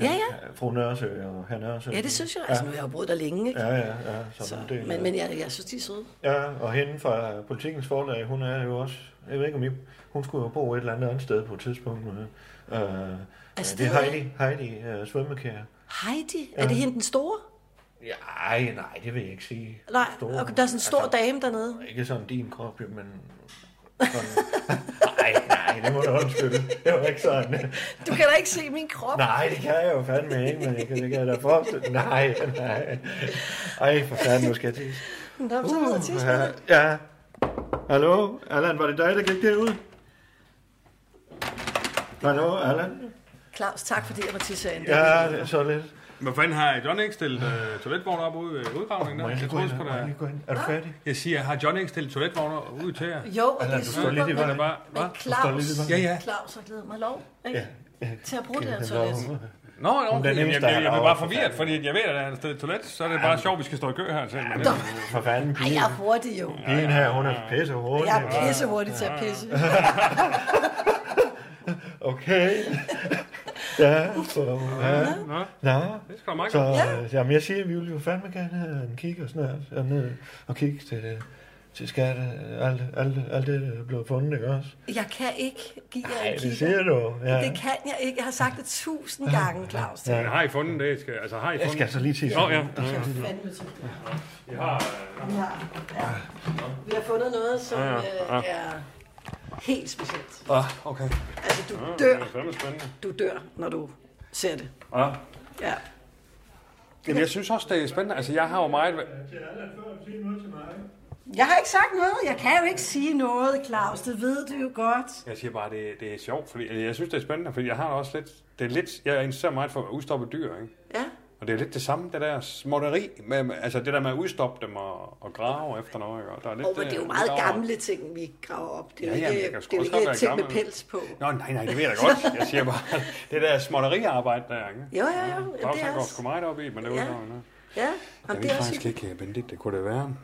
[SPEAKER 10] Ja, ja.
[SPEAKER 2] Fru Nørresø og herr Nørresø.
[SPEAKER 10] Ja, det synes jeg. Altså, nu har jeg jo boet der længe, ikke?
[SPEAKER 2] Ja, ja, ja.
[SPEAKER 10] Så,
[SPEAKER 2] det er-
[SPEAKER 10] men, men jeg, jeg synes, de er søde.
[SPEAKER 2] Ja, og hende fra politikens forlag, hun er jo også, jeg ved ikke om I, hun skulle jo bo et eller andet andet sted på et tidspunkt. Øh, øh, altså, det
[SPEAKER 10] det
[SPEAKER 2] er
[SPEAKER 10] ved jeg
[SPEAKER 2] Heidi, Heidi øh, svømmekære.
[SPEAKER 10] Heidi,
[SPEAKER 2] Ja.
[SPEAKER 10] er det hende den store?
[SPEAKER 2] Nej, nej, det vil jeg ikke sige.
[SPEAKER 10] Nej,
[SPEAKER 2] Store. Altså,
[SPEAKER 10] og der er sådan en stor dame dernede.
[SPEAKER 2] Ikke sådan din krop, jo, men... Sådan. nej, nej, det må du undskylde. Det var ikke sådan.
[SPEAKER 10] Du kan da ikke se min krop.
[SPEAKER 2] Nej, det kan jeg jo fandme ikke, men det kan, det kan jeg da forestille. Nej, nej. Ej, for fanden, nu skal jeg tisse.
[SPEAKER 10] Nå, så ned og tisse på
[SPEAKER 2] Ja,
[SPEAKER 10] det.
[SPEAKER 2] ja. Hallo, Allan, var det dig, der gik derud? Hallo, Allan?
[SPEAKER 10] Claus, tak fordi jeg må tisse herinde.
[SPEAKER 2] Ja, det er så lidt.
[SPEAKER 3] Hvad fanden har John ikke stillet øh, toiletvogn op ude ved udgravningen?
[SPEAKER 2] Må
[SPEAKER 3] Der?
[SPEAKER 2] jeg lige
[SPEAKER 3] Jeg
[SPEAKER 2] gå
[SPEAKER 3] troede
[SPEAKER 2] ind?
[SPEAKER 3] sgu
[SPEAKER 2] Må jeg
[SPEAKER 3] da...
[SPEAKER 2] lige gå ind? Er du færdig?
[SPEAKER 3] Jeg siger, har John ikke stillet toiletvogn ud til jer?
[SPEAKER 10] Jo, og det er
[SPEAKER 3] står
[SPEAKER 10] super,
[SPEAKER 3] lidt i
[SPEAKER 10] men,
[SPEAKER 3] vejen.
[SPEAKER 10] men
[SPEAKER 3] Bare- Hvad? Du står
[SPEAKER 10] Claus,
[SPEAKER 3] lidt i vejen. Ja, ja.
[SPEAKER 10] Claus har givet mig lov ikke?
[SPEAKER 2] Ja.
[SPEAKER 10] til at bruge det
[SPEAKER 2] Givet
[SPEAKER 10] her
[SPEAKER 2] ham lov.
[SPEAKER 10] toilet.
[SPEAKER 3] Nå, jo,
[SPEAKER 2] Hun er den
[SPEAKER 3] jamen, jeg, jeg,
[SPEAKER 2] eneste, der
[SPEAKER 3] jeg,
[SPEAKER 2] er
[SPEAKER 3] jeg blev
[SPEAKER 2] derovre,
[SPEAKER 3] bare
[SPEAKER 2] for
[SPEAKER 3] forvirret, fordi jeg ved, at der er et sted toilet, så er det bare sjovt, vi skal stå i kø her til. Men
[SPEAKER 2] For fanden,
[SPEAKER 10] Ej,
[SPEAKER 2] pigen.
[SPEAKER 10] jeg er hurtig jo.
[SPEAKER 2] Pigen her, hun er pisse
[SPEAKER 10] Og
[SPEAKER 2] hurtig.
[SPEAKER 10] Jeg er pisse hurtig til at pisse.
[SPEAKER 2] Okay. Ja, så... Ja.
[SPEAKER 3] Nå.
[SPEAKER 2] Nå.
[SPEAKER 3] Det skal da meget
[SPEAKER 2] så,
[SPEAKER 3] godt.
[SPEAKER 2] øh, jamen, jeg siger, at vi vil jo fandme gerne have en kigger snart og ned og kigge til, til skatte. Alt, alt, alt det, der er blevet fundet, ikke også?
[SPEAKER 10] Jeg kan ikke give jer
[SPEAKER 2] Ej,
[SPEAKER 10] en
[SPEAKER 2] det
[SPEAKER 10] kigger.
[SPEAKER 2] siger du, ja.
[SPEAKER 10] Det kan jeg ikke. Jeg har sagt det tusind gange, Claus.
[SPEAKER 2] Ja.
[SPEAKER 3] Men har I fundet det? Skal, altså, har I fundet
[SPEAKER 2] Jeg skal så lige tisse.
[SPEAKER 3] Nå, ja.
[SPEAKER 2] Jeg skal lige-
[SPEAKER 10] Fandme til det.
[SPEAKER 3] I har... øh,
[SPEAKER 10] Vi har, ja. Vi har fundet noget, som
[SPEAKER 3] Ja, ja.
[SPEAKER 10] øh, er helt specielt.
[SPEAKER 3] Ah, okay.
[SPEAKER 10] Altså, du
[SPEAKER 3] Ja,
[SPEAKER 10] dør.
[SPEAKER 3] det er fandme spændende.
[SPEAKER 10] Du dør, når du ser det.
[SPEAKER 3] Ja.
[SPEAKER 10] Ja.
[SPEAKER 3] Jamen, jeg synes også, det er spændende. Altså, jeg har jo meget...
[SPEAKER 10] Jeg har ikke sagt noget. Jeg kan jo ikke sige noget, Claus. Det ved du jo godt.
[SPEAKER 3] Jeg siger bare, det, det er sjovt, fordi eller jeg synes, det er spændende, fordi jeg har også lidt... Det er lidt jeg er interesseret meget for udstoppet dyr, ikke?
[SPEAKER 10] Ja.
[SPEAKER 3] Og det er lidt det samme, det der småtteri, med, med- altså det der med at udstoppe dem og, og grave efter noget, ikke? Og der er lidt
[SPEAKER 10] Og men det er jo meget
[SPEAKER 3] lidt over-
[SPEAKER 10] gamle ting, vi graver op. Det
[SPEAKER 3] Ja,
[SPEAKER 10] er jo
[SPEAKER 3] ja, men
[SPEAKER 10] ikke,
[SPEAKER 3] jeg kan sgu
[SPEAKER 10] det er jo
[SPEAKER 3] også godt
[SPEAKER 10] ikke
[SPEAKER 3] være
[SPEAKER 10] ting med
[SPEAKER 3] gammel.
[SPEAKER 10] pels på.
[SPEAKER 3] Nå, nej, nej, det ved jeg da godt. Jeg siger bare, det der småtteriarbejde der, ikke?
[SPEAKER 10] Jo, jo, jo. Jamen,
[SPEAKER 3] Claus,
[SPEAKER 10] det er
[SPEAKER 3] han går
[SPEAKER 10] også...
[SPEAKER 3] sgu meget op i, men det er jo
[SPEAKER 10] Ja.
[SPEAKER 3] ikke noget, nej.
[SPEAKER 10] Ja,
[SPEAKER 3] Jeg ved
[SPEAKER 10] jamen, det er også...
[SPEAKER 3] faktisk ikke, Bendit, det kunne det være.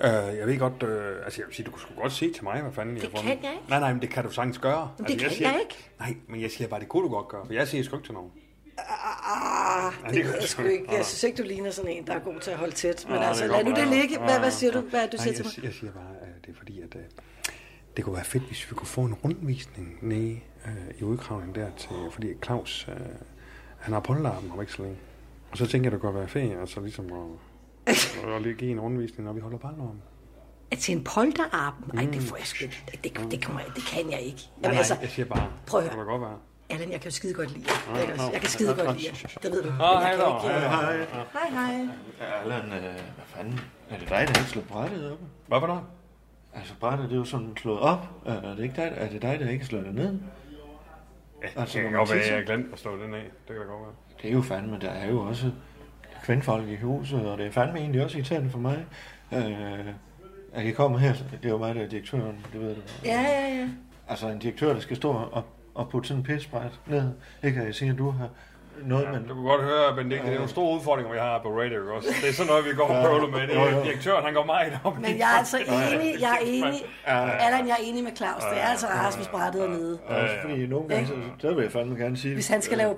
[SPEAKER 3] Øh, jeg ved godt, øh, altså jeg vil sige, du kunne sgu godt sige til mig, hvad fanden jeg
[SPEAKER 10] Det kan jeg ikke.
[SPEAKER 3] Nej, nej, men det kan du sagtens gøre.
[SPEAKER 10] det
[SPEAKER 3] altså,
[SPEAKER 10] kan
[SPEAKER 3] siger,
[SPEAKER 10] jeg ikke.
[SPEAKER 3] Nej, men jeg siger bare, det kunne du godt gøre, for jeg siger sgu ikke til nogen.
[SPEAKER 10] Ah,
[SPEAKER 3] Ja, det
[SPEAKER 10] det
[SPEAKER 3] kan
[SPEAKER 10] ved
[SPEAKER 3] jeg sgu
[SPEAKER 10] jeg sgu
[SPEAKER 3] ikke.
[SPEAKER 10] ikke.
[SPEAKER 3] Nej.
[SPEAKER 10] Jeg synes ikke, du ligner sådan en, der er god til at holde tæt. Men
[SPEAKER 3] Ah,
[SPEAKER 10] altså,
[SPEAKER 3] det
[SPEAKER 10] lad
[SPEAKER 3] kan
[SPEAKER 10] nu
[SPEAKER 3] godt
[SPEAKER 10] det
[SPEAKER 3] være.
[SPEAKER 10] ligge. Hvad,
[SPEAKER 3] Ah,
[SPEAKER 10] hvad siger du? Hvad er det, du
[SPEAKER 3] nej,
[SPEAKER 10] siger til
[SPEAKER 3] jeg,
[SPEAKER 10] mig?
[SPEAKER 3] Jeg siger bare, øh, det er fordi, at øh, det kunne være fedt, hvis vi kunne få en rundvisning nede øh, i udkravningen der, til, fordi Claus, øh, han har polterappen om ikke så længe. Og så tænker jeg, det kunne godt være fedt, altså ligesom at, at lige give en rundvisning, når vi holder polterappen.
[SPEAKER 10] At til en polterappen? Ej, det får jeg sgu ikke. Det, det, det, kommer, jeg- det kan jeg ikke.
[SPEAKER 3] Mm. Nej,
[SPEAKER 10] Jamen,
[SPEAKER 3] nej,
[SPEAKER 10] altså,
[SPEAKER 3] jeg siger bare,
[SPEAKER 10] prøv at
[SPEAKER 3] det
[SPEAKER 10] høre.
[SPEAKER 3] kunne da godt være.
[SPEAKER 10] Allan, jeg kan jo skide godt lide jer.
[SPEAKER 3] Ja,
[SPEAKER 10] ikke også?
[SPEAKER 3] nå.
[SPEAKER 10] Jeg kan skide
[SPEAKER 3] Ja,
[SPEAKER 10] godt
[SPEAKER 3] nå.
[SPEAKER 10] lide jer. Det ved du.
[SPEAKER 3] Åh,
[SPEAKER 10] Men jeg
[SPEAKER 3] hej
[SPEAKER 10] kan
[SPEAKER 3] då.
[SPEAKER 10] ikke, øh,
[SPEAKER 3] Hej, hej.
[SPEAKER 10] Hej, hej.
[SPEAKER 2] Allan, øh, hvad fanden? Er det dig, der ikke slår brættet op?
[SPEAKER 3] Hvad for noget?
[SPEAKER 2] Altså, brættet, det er jo sådan slået op. Er er det ikke dig, er det dig der ikke slår det ned?
[SPEAKER 3] Ja,
[SPEAKER 2] Altså,
[SPEAKER 3] det
[SPEAKER 2] når
[SPEAKER 3] kan
[SPEAKER 2] man
[SPEAKER 3] godt være,
[SPEAKER 2] tisser.
[SPEAKER 3] jeg glemte at slå den af. Det kan da godt være.
[SPEAKER 2] Det er jo fandme, der er jo også kvindfolk i huset, og det er fandme egentlig også irriterende for mig. Øh, at jeg kommer her, det er jo mig, der er direktøren, det ved du.
[SPEAKER 10] Ja, ja, ja.
[SPEAKER 2] Altså en direktør, der skal stå og, og putte sådan en pissebræt ned. Ikke at jeg siger, at du har noget, ja, men...
[SPEAKER 3] Du kan godt høre, Benedikte, det er nogle store udfordringer, vi har på radio også. Det er sådan noget, vi går og
[SPEAKER 2] Ja.
[SPEAKER 3] prøver med. Det
[SPEAKER 2] Jo, jo.
[SPEAKER 3] er direktøren, han går meget op i.
[SPEAKER 10] Men jeg er altså enig, jeg er enig.
[SPEAKER 2] Ja, ja.
[SPEAKER 10] Allan, jeg er enig med Claus. Det er altså Rasmus Brættet dernede.
[SPEAKER 2] Ja, også fordi nogle gange, så, så vil jeg fandme gerne sige...
[SPEAKER 10] Hvis han skal lave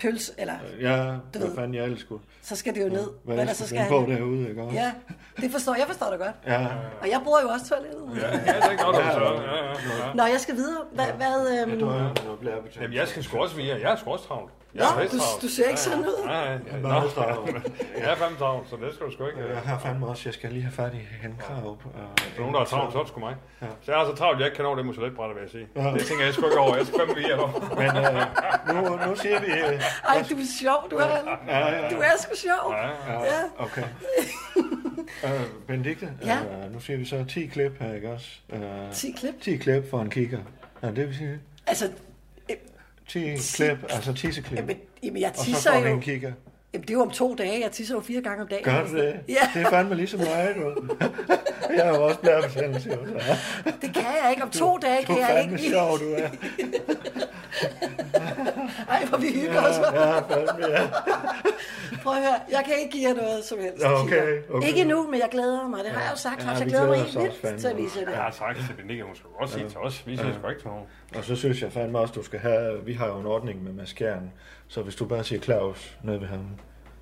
[SPEAKER 10] pøls, eller...
[SPEAKER 2] Ja,
[SPEAKER 10] Du
[SPEAKER 2] hvad
[SPEAKER 10] ved.
[SPEAKER 2] fanden jeg ellers skulle...
[SPEAKER 10] Så skal det jo ned.
[SPEAKER 2] Hvad
[SPEAKER 10] Ellers
[SPEAKER 2] jeg
[SPEAKER 10] så
[SPEAKER 2] skulle
[SPEAKER 10] skal
[SPEAKER 2] finde på
[SPEAKER 10] han...
[SPEAKER 2] derude, ikke også?
[SPEAKER 10] Ja, det forstår jeg. forstår det godt.
[SPEAKER 2] Ja.
[SPEAKER 10] Og jeg bruger jo også toilettet.
[SPEAKER 3] Ja, det er ikke noget, så. Ja, ja, ja.
[SPEAKER 10] Nå, jeg skal videre. Hvad... hvad øhm...
[SPEAKER 3] Jamen, jeg skal sgu også videre. Jeg er sgu også travlt. Jeg
[SPEAKER 10] Nå,
[SPEAKER 3] er pisse
[SPEAKER 10] du,
[SPEAKER 3] travlt.
[SPEAKER 10] du ser ikke sådan ud.
[SPEAKER 3] Ja, ja.
[SPEAKER 2] Jeg er
[SPEAKER 3] Nå.
[SPEAKER 2] meget travlt.
[SPEAKER 3] Jeg er fandme travlt, så det skal du sgu ikke. øh.
[SPEAKER 2] Jeg har fandme også, jeg skal lige have fat i han krav op.
[SPEAKER 3] Hvis der er nogen, der er travlt, så er det sgu mig.
[SPEAKER 2] Ja.
[SPEAKER 3] Så jeg er så travlt, jeg ikke kan nå det med toiletbrætter, vil jeg sige.
[SPEAKER 2] Ja.
[SPEAKER 3] Det tænker jeg sgu ikke over. Jeg skal fandme videre.
[SPEAKER 2] Men øh, nu, nu siger vi... Øh,
[SPEAKER 10] Ej, du er sjov, du er.
[SPEAKER 2] Ja, ja, ja.
[SPEAKER 10] Du er sgu sjov.
[SPEAKER 2] Ja,
[SPEAKER 10] Ja.
[SPEAKER 2] okay. øh, Benedikte,
[SPEAKER 10] Ja.
[SPEAKER 2] øh, nu siger vi så 10 klip her, ikke også? Øh,
[SPEAKER 10] 10 klip?
[SPEAKER 2] 10 klip for en kigger. Er det det, vi siger?
[SPEAKER 10] Altså,
[SPEAKER 2] 10 klip, altså tisseklip.
[SPEAKER 10] Jamen, jamen, jeg
[SPEAKER 2] Og
[SPEAKER 10] tisser
[SPEAKER 2] så får vi
[SPEAKER 10] jo.
[SPEAKER 2] en kigger.
[SPEAKER 10] jamen, det er jo om to dage. Jeg tisser jo fire gange om dagen.
[SPEAKER 2] Gør du det?
[SPEAKER 10] Ja,
[SPEAKER 2] Det er fandme ligesom mig, du. Jeg har jo også blærebetændelse. jo, så.
[SPEAKER 10] det kan jeg ikke. Om to dage
[SPEAKER 2] Du
[SPEAKER 10] kan
[SPEAKER 2] er
[SPEAKER 10] jeg ikke.
[SPEAKER 2] fandme sjov, du er.
[SPEAKER 10] Ej, hvor vi hygger os. hva'?
[SPEAKER 2] Ja, fandme, ja.
[SPEAKER 10] Prøv at høre, jeg kan ikke give jer noget som helst.
[SPEAKER 2] Nå, okay,
[SPEAKER 10] Peter.
[SPEAKER 2] okay.
[SPEAKER 10] Ikke nu, men jeg glæder mig. Det har jeg jo sagt. Ja,
[SPEAKER 2] Ja,
[SPEAKER 10] jeg
[SPEAKER 2] vi
[SPEAKER 10] glæder mig
[SPEAKER 2] glæder os
[SPEAKER 10] helt
[SPEAKER 2] også
[SPEAKER 10] vildt
[SPEAKER 2] fandme.
[SPEAKER 10] til at vise jer det.
[SPEAKER 6] Jeg har sagt til Benedikt, hun skulle også sige til os. Vi siger sgu ikke til nogen.
[SPEAKER 2] Og så synes jeg fandme også, du skal have... Vi har jo en ordning med maskeren, så hvis du bare siger Claus nede ved ham,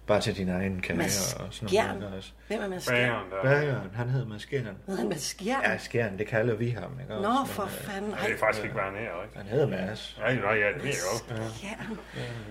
[SPEAKER 2] bare til din egen kage
[SPEAKER 10] Mads
[SPEAKER 2] og sådan noget.
[SPEAKER 10] Skjern.
[SPEAKER 2] ikke også?
[SPEAKER 10] Hvem er Mads Skjern?
[SPEAKER 2] Bageren, han hed Mads Skjern.
[SPEAKER 10] Hedder han Mads Skjern?
[SPEAKER 2] Ja, Skjern, det kalder vi ham, ikke også?
[SPEAKER 10] Nå,
[SPEAKER 2] Men,
[SPEAKER 10] for
[SPEAKER 2] øh,
[SPEAKER 10] fanden.
[SPEAKER 6] Det er faktisk ikke, hvad han er, ikke?
[SPEAKER 2] Han hedder Mads.
[SPEAKER 6] Nej, nej, ja, det ved jeg godt.
[SPEAKER 10] Skjern.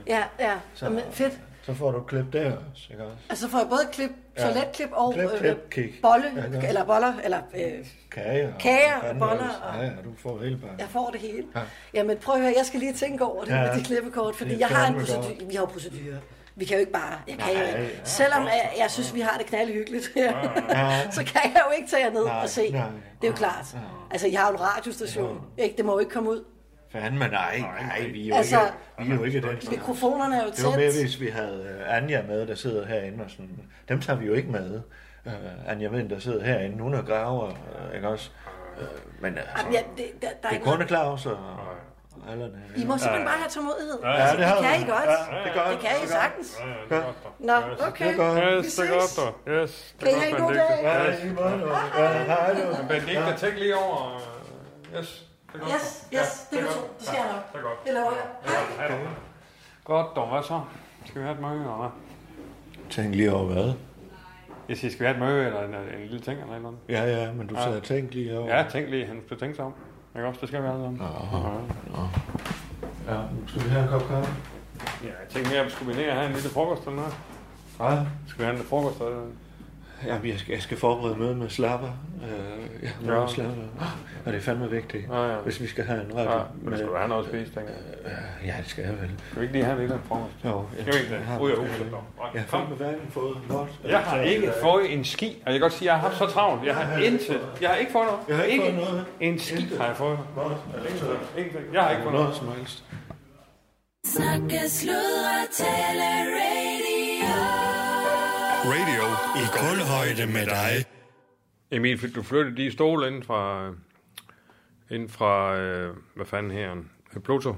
[SPEAKER 10] Ja, ja.
[SPEAKER 2] Så-
[SPEAKER 10] Men fedt.
[SPEAKER 2] Så får du et klip der også, ikke også?
[SPEAKER 10] Altså får jeg både klip,
[SPEAKER 2] Ja.
[SPEAKER 10] toiletklip og
[SPEAKER 2] Klip,
[SPEAKER 10] øh,
[SPEAKER 2] klip, kig.
[SPEAKER 10] bolle,
[SPEAKER 2] Ja, godt.
[SPEAKER 10] eller boller, eller øh,
[SPEAKER 2] Kager. og
[SPEAKER 10] Kager og
[SPEAKER 2] fandme
[SPEAKER 10] boller
[SPEAKER 2] også.
[SPEAKER 10] og-
[SPEAKER 2] Ja, ja, du får hele bare.
[SPEAKER 10] jeg får det hele.
[SPEAKER 2] Ja.
[SPEAKER 10] Jamen prøv at høre, jeg skal lige tænke over det
[SPEAKER 2] Ja.
[SPEAKER 10] ja, med de klippekort, fordi
[SPEAKER 2] Det er
[SPEAKER 10] jeg har en
[SPEAKER 2] fandme godt.
[SPEAKER 10] procedur. Vi har jo procedurer. Vi kan jo ikke bare, jeg kan
[SPEAKER 2] Nej,
[SPEAKER 10] jo ikke.
[SPEAKER 2] ja.
[SPEAKER 10] Selvom jeg, jeg synes, vi har det knaldhyggeligt her,
[SPEAKER 2] Ja.
[SPEAKER 10] så kan jeg jo ikke tage jer ned
[SPEAKER 2] Nej,
[SPEAKER 10] og se.
[SPEAKER 2] nej.
[SPEAKER 10] Det er jo klart. Altså, jeg har jo en radiostation. Ikke? Det må jo ikke komme ud.
[SPEAKER 2] Fandme nej, nej, vi er jo
[SPEAKER 10] Altså-
[SPEAKER 2] ikke, vi er jo ikke den.
[SPEAKER 10] Mikrofonerne er jo
[SPEAKER 2] Det var mere,
[SPEAKER 10] tæt.
[SPEAKER 2] hvis vi havde øh, Anja med, der sidder herinde og sådan. Dem tager vi jo ikke med. Uh, Anja Vind, der sidder herinde, hun er graver, øh, ikke også? Øh, men altså,
[SPEAKER 10] Jamen, ja, det, der, der
[SPEAKER 2] det
[SPEAKER 10] er
[SPEAKER 2] er
[SPEAKER 10] ikke noget.
[SPEAKER 2] kun Claus og... og Allan,
[SPEAKER 10] I må
[SPEAKER 2] ikke?
[SPEAKER 10] simpelthen bare have tålmodighed.
[SPEAKER 2] Ja, ja.
[SPEAKER 10] Altså,
[SPEAKER 2] Ja, det har
[SPEAKER 10] det kan
[SPEAKER 2] vi.
[SPEAKER 10] I godt.
[SPEAKER 2] Ja, ja, det gør-
[SPEAKER 10] Det kan I
[SPEAKER 2] det gør-
[SPEAKER 10] sagtens.
[SPEAKER 2] Ja.
[SPEAKER 10] Nå, okay.
[SPEAKER 2] Det er godt.
[SPEAKER 10] Vi
[SPEAKER 6] Yes, det er godt,
[SPEAKER 10] ses.
[SPEAKER 6] dog. Yes,
[SPEAKER 10] Kan I have en god dag?
[SPEAKER 2] Ja, i lige måde, du. Ja, hej du.
[SPEAKER 6] Men Benedikte, tænk lige over... øh, Yes, det er godt.
[SPEAKER 10] Yes,
[SPEAKER 6] dog. Ja,
[SPEAKER 10] yes, det kan
[SPEAKER 6] er
[SPEAKER 10] du tro.
[SPEAKER 6] godt.
[SPEAKER 10] Det skal jeg
[SPEAKER 6] Ja,
[SPEAKER 10] nok.
[SPEAKER 6] Det er godt.
[SPEAKER 10] Det lover jeg.
[SPEAKER 6] Ja, det er godt. Godt, dog. Hvad så? Skal vi have et møde, eller hvad?
[SPEAKER 2] Tænk lige over hvad?
[SPEAKER 6] Jeg siger, skal vi have et møde, eller en, en lille ting, eller noget?
[SPEAKER 2] Ja, ja, men du sagde, tænk lige over.
[SPEAKER 6] Ja, tænk lige. Han skal tænke sig om. Ikke også? Det skal vi alle sammen.
[SPEAKER 2] Ja, skal vi have en kop kaffe?
[SPEAKER 6] Ja, jeg tænkte mere, skulle vi ned og have en lille frokost eller noget?
[SPEAKER 2] Ja.
[SPEAKER 6] Skal vi have en lille frokost eller noget?
[SPEAKER 2] Ja, jeg skal, jeg skal forberede møde med slapper. Øh, ja, møde
[SPEAKER 6] Ja.
[SPEAKER 2] med slapper. Ah, Og det er fandme vigtigt,
[SPEAKER 6] Ja, ja.
[SPEAKER 2] hvis vi skal have en radio.
[SPEAKER 6] Ja, men skal du have noget at spise, tænker jeg.
[SPEAKER 2] Øh, Ja, det skal jeg vel.
[SPEAKER 6] Skal vi ikke lige have lidt af en frokost?
[SPEAKER 2] Jo,
[SPEAKER 6] Skal vi ikke det? Ud af huset, dog.
[SPEAKER 2] Jeg har fandme hverken fået noget.
[SPEAKER 6] Jeg har ikke fået en ski, og jeg kan godt sige, at jeg har haft så travlt. Jeg har intet. Jeg har ikke fået noget.
[SPEAKER 2] Jeg har ikke fået noget.
[SPEAKER 6] En ski har jeg fået.
[SPEAKER 2] Intet.
[SPEAKER 6] Ingenting. Jeg har ikke fået noget.
[SPEAKER 2] Noget som helst.
[SPEAKER 1] Snakke, sludre, tale, radio.
[SPEAKER 14] Radio i guldhøjde med dig. Emil, fik du flyttede de stole ind fra, øh, ind fra øh, hvad fanden her, øh, Pluto?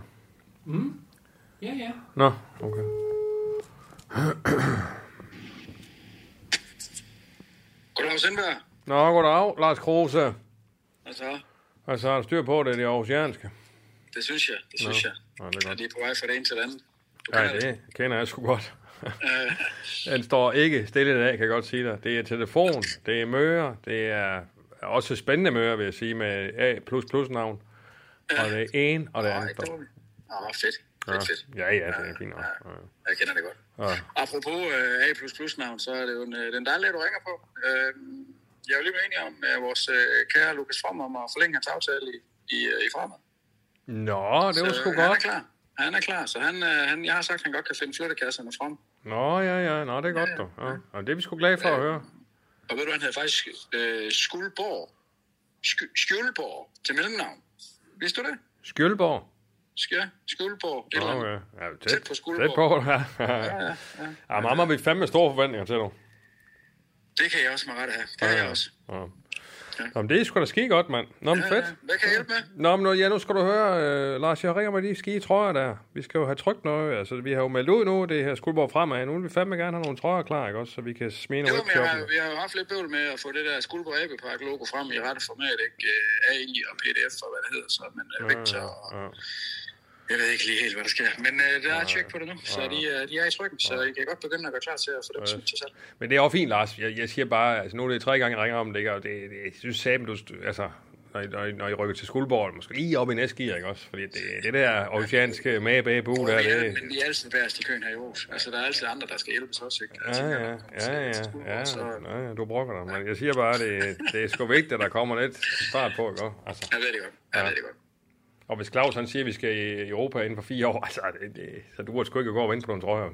[SPEAKER 15] Mm. Ja, ja.
[SPEAKER 6] Nå, okay.
[SPEAKER 4] Goddag, Sindberg.
[SPEAKER 6] Nå, goddag, Lars Kruse.
[SPEAKER 4] Hvad så?
[SPEAKER 6] Altså, har du styr på det, det aarhusianske?
[SPEAKER 4] Det synes jeg, det synes
[SPEAKER 6] Nå.
[SPEAKER 4] jeg.
[SPEAKER 6] Nå, det er
[SPEAKER 4] Jeg er
[SPEAKER 6] godt.
[SPEAKER 4] lige på vej fra det ene til det andet.
[SPEAKER 6] Ja, det kender jeg sgu godt. Den står ikke stille i dag, kan jeg godt sige dig. Det er telefon, det er møger, det er også spændende møger, vil jeg sige, med A++ navn. Og det er en, og det andet. dog.
[SPEAKER 4] Nå, hvor fedt.
[SPEAKER 6] Ja, ja, ja, det er fint nok. Ja.
[SPEAKER 4] Jeg kender det godt.
[SPEAKER 6] Ja.
[SPEAKER 4] Apropos øh, A++-navn, så er det jo en, øh, den dejlige, du ringer på. Øh, jeg er jo lige blevet enig om øh, vores øh, kære Lukas Fromm om at forlænge hans aftale i, i, øh, i fremad.
[SPEAKER 6] Nå, det var sgu
[SPEAKER 4] Han er
[SPEAKER 6] godt.
[SPEAKER 4] klar. Han er klar, så han, øh, han, jeg har sagt, at han godt kan finde flyttekasserne frem.
[SPEAKER 6] Nå, ja, ja, nå, det er godt, du. Ja. Og det er vi sgu glade for at høre.
[SPEAKER 4] Og ved du, han havde faktisk øh, Skuldborg. Sk- Skjølborg til mellemnavn. Vidste du det?
[SPEAKER 6] Skjølborg.
[SPEAKER 4] Skjø- Skuldborg. Det er
[SPEAKER 6] Nå,
[SPEAKER 4] noget.
[SPEAKER 6] ja. ja
[SPEAKER 4] Tæt
[SPEAKER 6] tæt,
[SPEAKER 4] på
[SPEAKER 6] Tæt på,
[SPEAKER 4] Skuldborg.
[SPEAKER 6] ja.
[SPEAKER 4] Ja, ja, ja.
[SPEAKER 6] Ja, mamma har vi fandme store forventninger til dig.
[SPEAKER 4] Det kan jeg også med rette have. Det kan jeg også.
[SPEAKER 6] Ja. Nå, men det er sgu da ski godt, mand. Nå, men fedt.
[SPEAKER 4] Hvad kan jeg hjælpe med?
[SPEAKER 6] Nå, men nu, ja, nu skal du høre, øh, Lars, jeg ringer med de ski trøjer der. Vi skal jo have trykt noget. Altså, vi har jo meldt ud nu, det her Skuldborg fremad. Nu vil vi fandme gerne have nogle trøjer klar, ikke også? Så vi kan smide
[SPEAKER 4] Jo,
[SPEAKER 6] noget
[SPEAKER 4] men
[SPEAKER 6] til
[SPEAKER 4] jeg har,
[SPEAKER 6] shoppen.
[SPEAKER 4] vi har jo haft lidt bøvl med at få det der Skuldborg Abepark logo frem i rette format, ikke? Øh, AI og PDF og hvad det hedder, så men øh, Victor,
[SPEAKER 6] Ja, ja.
[SPEAKER 4] jeg ved ikke lige helt, hvad der sker. Men øh, der er tjek på det nu, så de, øh, de er i trykken, så I kan godt begynde at gøre klar til at få dem sendt til salg.
[SPEAKER 6] Men det er også fint, Lars. Jeg, jeg siger bare, altså nu er det tredje gang, jeg ringer om det, ikke? Og det, det, jeg synes sammen, du, altså, når I, når, I, når I rykker til Skuldborg, måske lige op i næstgear, ikke også? Fordi det, det der oceanske mage bag bu, der,
[SPEAKER 4] Men,
[SPEAKER 6] det...
[SPEAKER 4] men vi er altid værst i køen her i Aarhus. Altså, der er altid andre, der skal hjælpes også, ikke? Altså,
[SPEAKER 6] Ja, ja, ja, ja, ja, ja, ja, du brokker dig, men jeg siger bare, det, det er sgu vigtigt, at der kommer lidt start på, ikke? også? Altså,
[SPEAKER 4] Jeg ved det godt. Jeg ved det godt.
[SPEAKER 6] og hvis Claus han siger, at vi skal i Europa inden for fire år, altså, det, det, så du sgu ikke at gå og vente på nogle trøjer.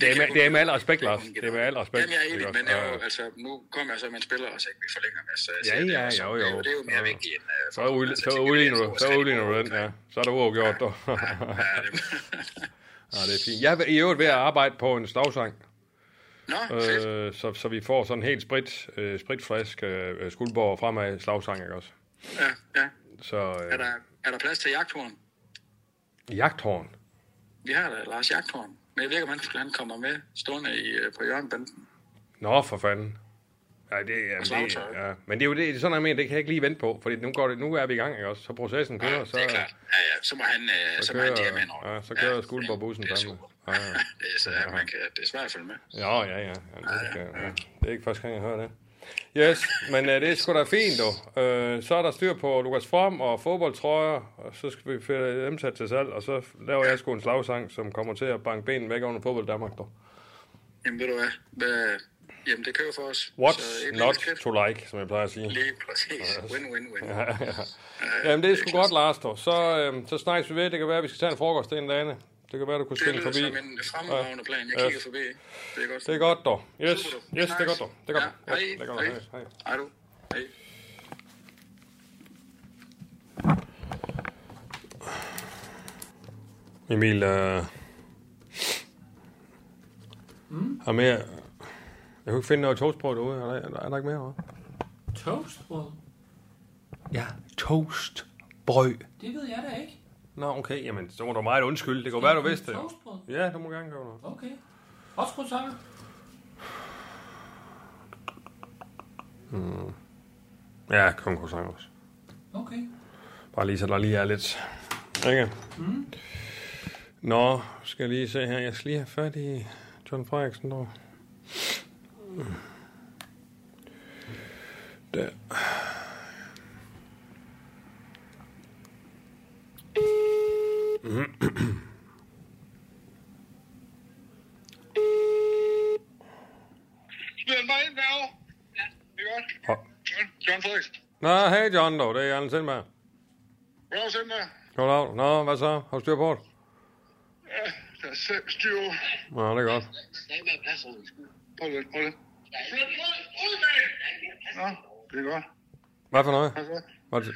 [SPEAKER 6] Det er, med, det er med al respekt, Lars. Det er med al respekt.
[SPEAKER 4] Jamen, jeg er
[SPEAKER 6] ikke
[SPEAKER 4] enig,
[SPEAKER 6] også?
[SPEAKER 4] men jeg, er
[SPEAKER 6] Ja,
[SPEAKER 4] jo- altså, nu kommer jeg så med en spiller også, ikke? Vi forlænger med, så jeg
[SPEAKER 6] Ja,
[SPEAKER 4] siger, det er
[SPEAKER 6] ja,
[SPEAKER 4] også-
[SPEAKER 6] jo,
[SPEAKER 4] altså, det er
[SPEAKER 6] jo.
[SPEAKER 4] Det er jo mere
[SPEAKER 6] Ja.
[SPEAKER 4] vigtigt end... øh,
[SPEAKER 6] Så udli- så udligner du, så udligner du den, ja. Så er der uafgjort, dog. Ja, det er fint. Jeg er i øvrigt ved at arbejde på en slagsang.
[SPEAKER 4] Nå,
[SPEAKER 6] øh, så, så vi får sådan en helt sprit, øh, spritfrisk øh, skuldborg fremad slagsang, ikke også?
[SPEAKER 4] Ja, ja.
[SPEAKER 6] Så
[SPEAKER 4] Er der, er der plads til jagthorn?
[SPEAKER 6] øh, jagthorn.
[SPEAKER 10] Vi har da Lars Jagthorn, men jeg ved ikke, om han, han kommer med stående i, øh, på Jørgenbanden.
[SPEAKER 6] Nå, for fanden. Nej, det er...
[SPEAKER 10] Og
[SPEAKER 6] Det,
[SPEAKER 10] slagtøj.
[SPEAKER 6] ja. Men det er jo det, det er sådan, jeg mener, det kan jeg ikke lige vente på, fordi nu, går det, nu er vi i gang, ikke også? Så processen kører, så,
[SPEAKER 10] det er klart. Ja, ja, så må han, øh, så,
[SPEAKER 6] så
[SPEAKER 10] må han
[SPEAKER 6] kører,
[SPEAKER 10] det med en over.
[SPEAKER 6] ja, så kører ja, bussen sammen. Ja, ja.
[SPEAKER 10] Det er, så, ja. man kan, det er svært at følge med.
[SPEAKER 6] Ja, ja, ja. ja, det, skal, ja. det er ikke første gang, jeg hører det. Yes, men uh, det er sgu da fint, dog. Uh, så er der styr på Lukas From og fodboldtrøjer, og så skal vi finde dem sat til salg, og så laver jeg sgu en slagsang, som kommer til at banke benen væk under fodbold Danmark, dog.
[SPEAKER 10] Jamen ved du hvad, hvad jamen det kører for os. Så øh, et
[SPEAKER 6] What's
[SPEAKER 10] lille
[SPEAKER 6] not
[SPEAKER 10] skridt.
[SPEAKER 6] to like, som jeg plejer at sige.
[SPEAKER 10] Lige præcis. Win, win, win.
[SPEAKER 6] Ja, ja. Jamen, det er sgu godt, Lars, dog. Så, øhm, så snakkes vi ved. Det kan være, at vi skal tage en frokost en eller anden. Det kan være, du kunne
[SPEAKER 10] Det
[SPEAKER 6] skille
[SPEAKER 10] lyder
[SPEAKER 6] forbi.
[SPEAKER 10] som en fremragende plan. Jeg
[SPEAKER 6] Ja.
[SPEAKER 10] kigger forbi. Det er godt.
[SPEAKER 6] Det er godt, dog. Yes,
[SPEAKER 10] Super, dog.
[SPEAKER 6] yes det er
[SPEAKER 10] Nice.
[SPEAKER 6] godt, dog. Det er godt.
[SPEAKER 10] Ja,
[SPEAKER 6] Yes,
[SPEAKER 10] hej.
[SPEAKER 6] det er godt.
[SPEAKER 10] Hej.
[SPEAKER 6] Hej. Hej.
[SPEAKER 10] Hej du. Hej.
[SPEAKER 6] Emil, øh,
[SPEAKER 16] Mm.
[SPEAKER 6] har mere... Jeg kunne ikke finde noget toastbrød derude. Er der, er der ikke mere, hva'?
[SPEAKER 16] Toastbrød?
[SPEAKER 6] Ja, toastbrød.
[SPEAKER 16] Det ved jeg da ikke.
[SPEAKER 6] Nå, okay. Jamen, så må du meget undskylde. Det kunne være, du vidste det.
[SPEAKER 16] Toastbrød?
[SPEAKER 6] Ja, du må gerne gøre noget.
[SPEAKER 16] Okay. Også croissanter?
[SPEAKER 6] Mm. Ja, kun croissant også.
[SPEAKER 16] Okay.
[SPEAKER 6] Bare lige så der lige er lidt. Ikke?
[SPEAKER 16] Mm.
[SPEAKER 6] Nå, skal jeg lige se her. Jeg skal lige have fat i John Frederiksen. Der. Der.
[SPEAKER 10] Spil mig ind derovre. Ja, det er godt.
[SPEAKER 6] Hå.
[SPEAKER 10] John- John Frederiksen.
[SPEAKER 6] Nå, hej John, dog. det er Allen Sindberg.
[SPEAKER 10] Goddag, Sønder.
[SPEAKER 6] Goddag. Nå, hvad så? Har du styr på det?
[SPEAKER 10] Ja, der er selv styr.
[SPEAKER 6] Nå, det er godt.
[SPEAKER 10] Prøv lidt, prøv lidt. Nå, det er godt.
[SPEAKER 6] Hvad for noget?
[SPEAKER 10] Hvad så?
[SPEAKER 6] Hvad det?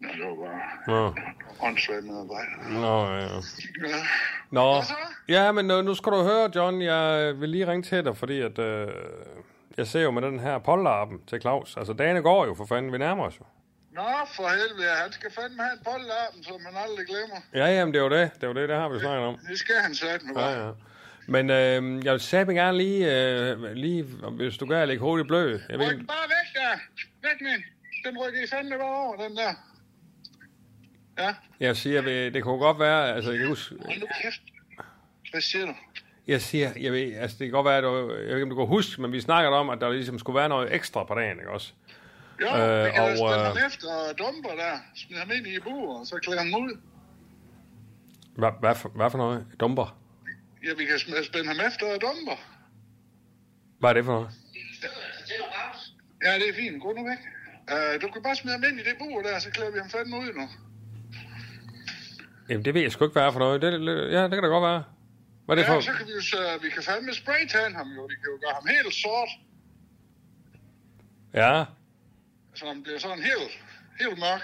[SPEAKER 10] Nå, det var bare
[SPEAKER 6] Nå.
[SPEAKER 10] åndssvagt medarbejder.
[SPEAKER 6] Nå, ja, ja.
[SPEAKER 10] Ja.
[SPEAKER 6] Nå. Ja, men øh, nu skal du høre, John. Jeg øh, vil lige ringe til dig, fordi at, øh, jeg ser jo med den her polterappen til Claus. Altså, dagene går jo, for fanden. Vi nærmer os jo.
[SPEAKER 10] Nå, for helvede, han skal fandme have en polterappen, som man aldrig glemmer.
[SPEAKER 6] Ja, jamen, det er jo det. Det er jo det, det har vi snakket om.
[SPEAKER 10] Det skal han satme med.
[SPEAKER 6] Ja, ja. Men øh, jeg vil satme gerne lige, øh, lige, hvis du kan, lægge hovedet i blød. Jeg ved, ikke-
[SPEAKER 10] Bare væk der. Væk med den. Den rykker I fandme bare over, den der.
[SPEAKER 6] jeg siger, ved- det kunne godt være, altså, jeg kan huske,
[SPEAKER 10] Hold nu kæft. Hvad siger du?
[SPEAKER 6] jeg siger, jeg ved, altså, det kan godt være, at du, jeg ved ikke, om du kan huske, men vi snakkede om, at der ligesom skulle være noget ekstra på dagen, ikke også?
[SPEAKER 10] Jo, øh, vi kan og,
[SPEAKER 6] og,
[SPEAKER 10] stille
[SPEAKER 6] øh,
[SPEAKER 10] ham efter og dumper der. Smid ham ind i bur, og så klæder ham ud.
[SPEAKER 6] øh, hvad, hvad, for, hvad for noget? Dumper?
[SPEAKER 10] Ja, vi kan sm- spænde ham efter og dumper.
[SPEAKER 6] Hvad er altså, det for noget?
[SPEAKER 10] Ja, det er fint. Gå nu væk. Uh, du kan bare smide ham ind i det bur der, så klæder vi ham fandme ud nu.
[SPEAKER 6] Jamen, det ved jeg sgu ikke, hvad er for noget. Det, det, ja, det kan da godt være. Hvad er det
[SPEAKER 10] ja,
[SPEAKER 6] for?
[SPEAKER 10] så kan vi jo så, vi kan fandme spraytan ham jo. Vi kan jo gøre ham helt sort,
[SPEAKER 6] Ja,
[SPEAKER 10] så han bliver sådan helt, helt mørk.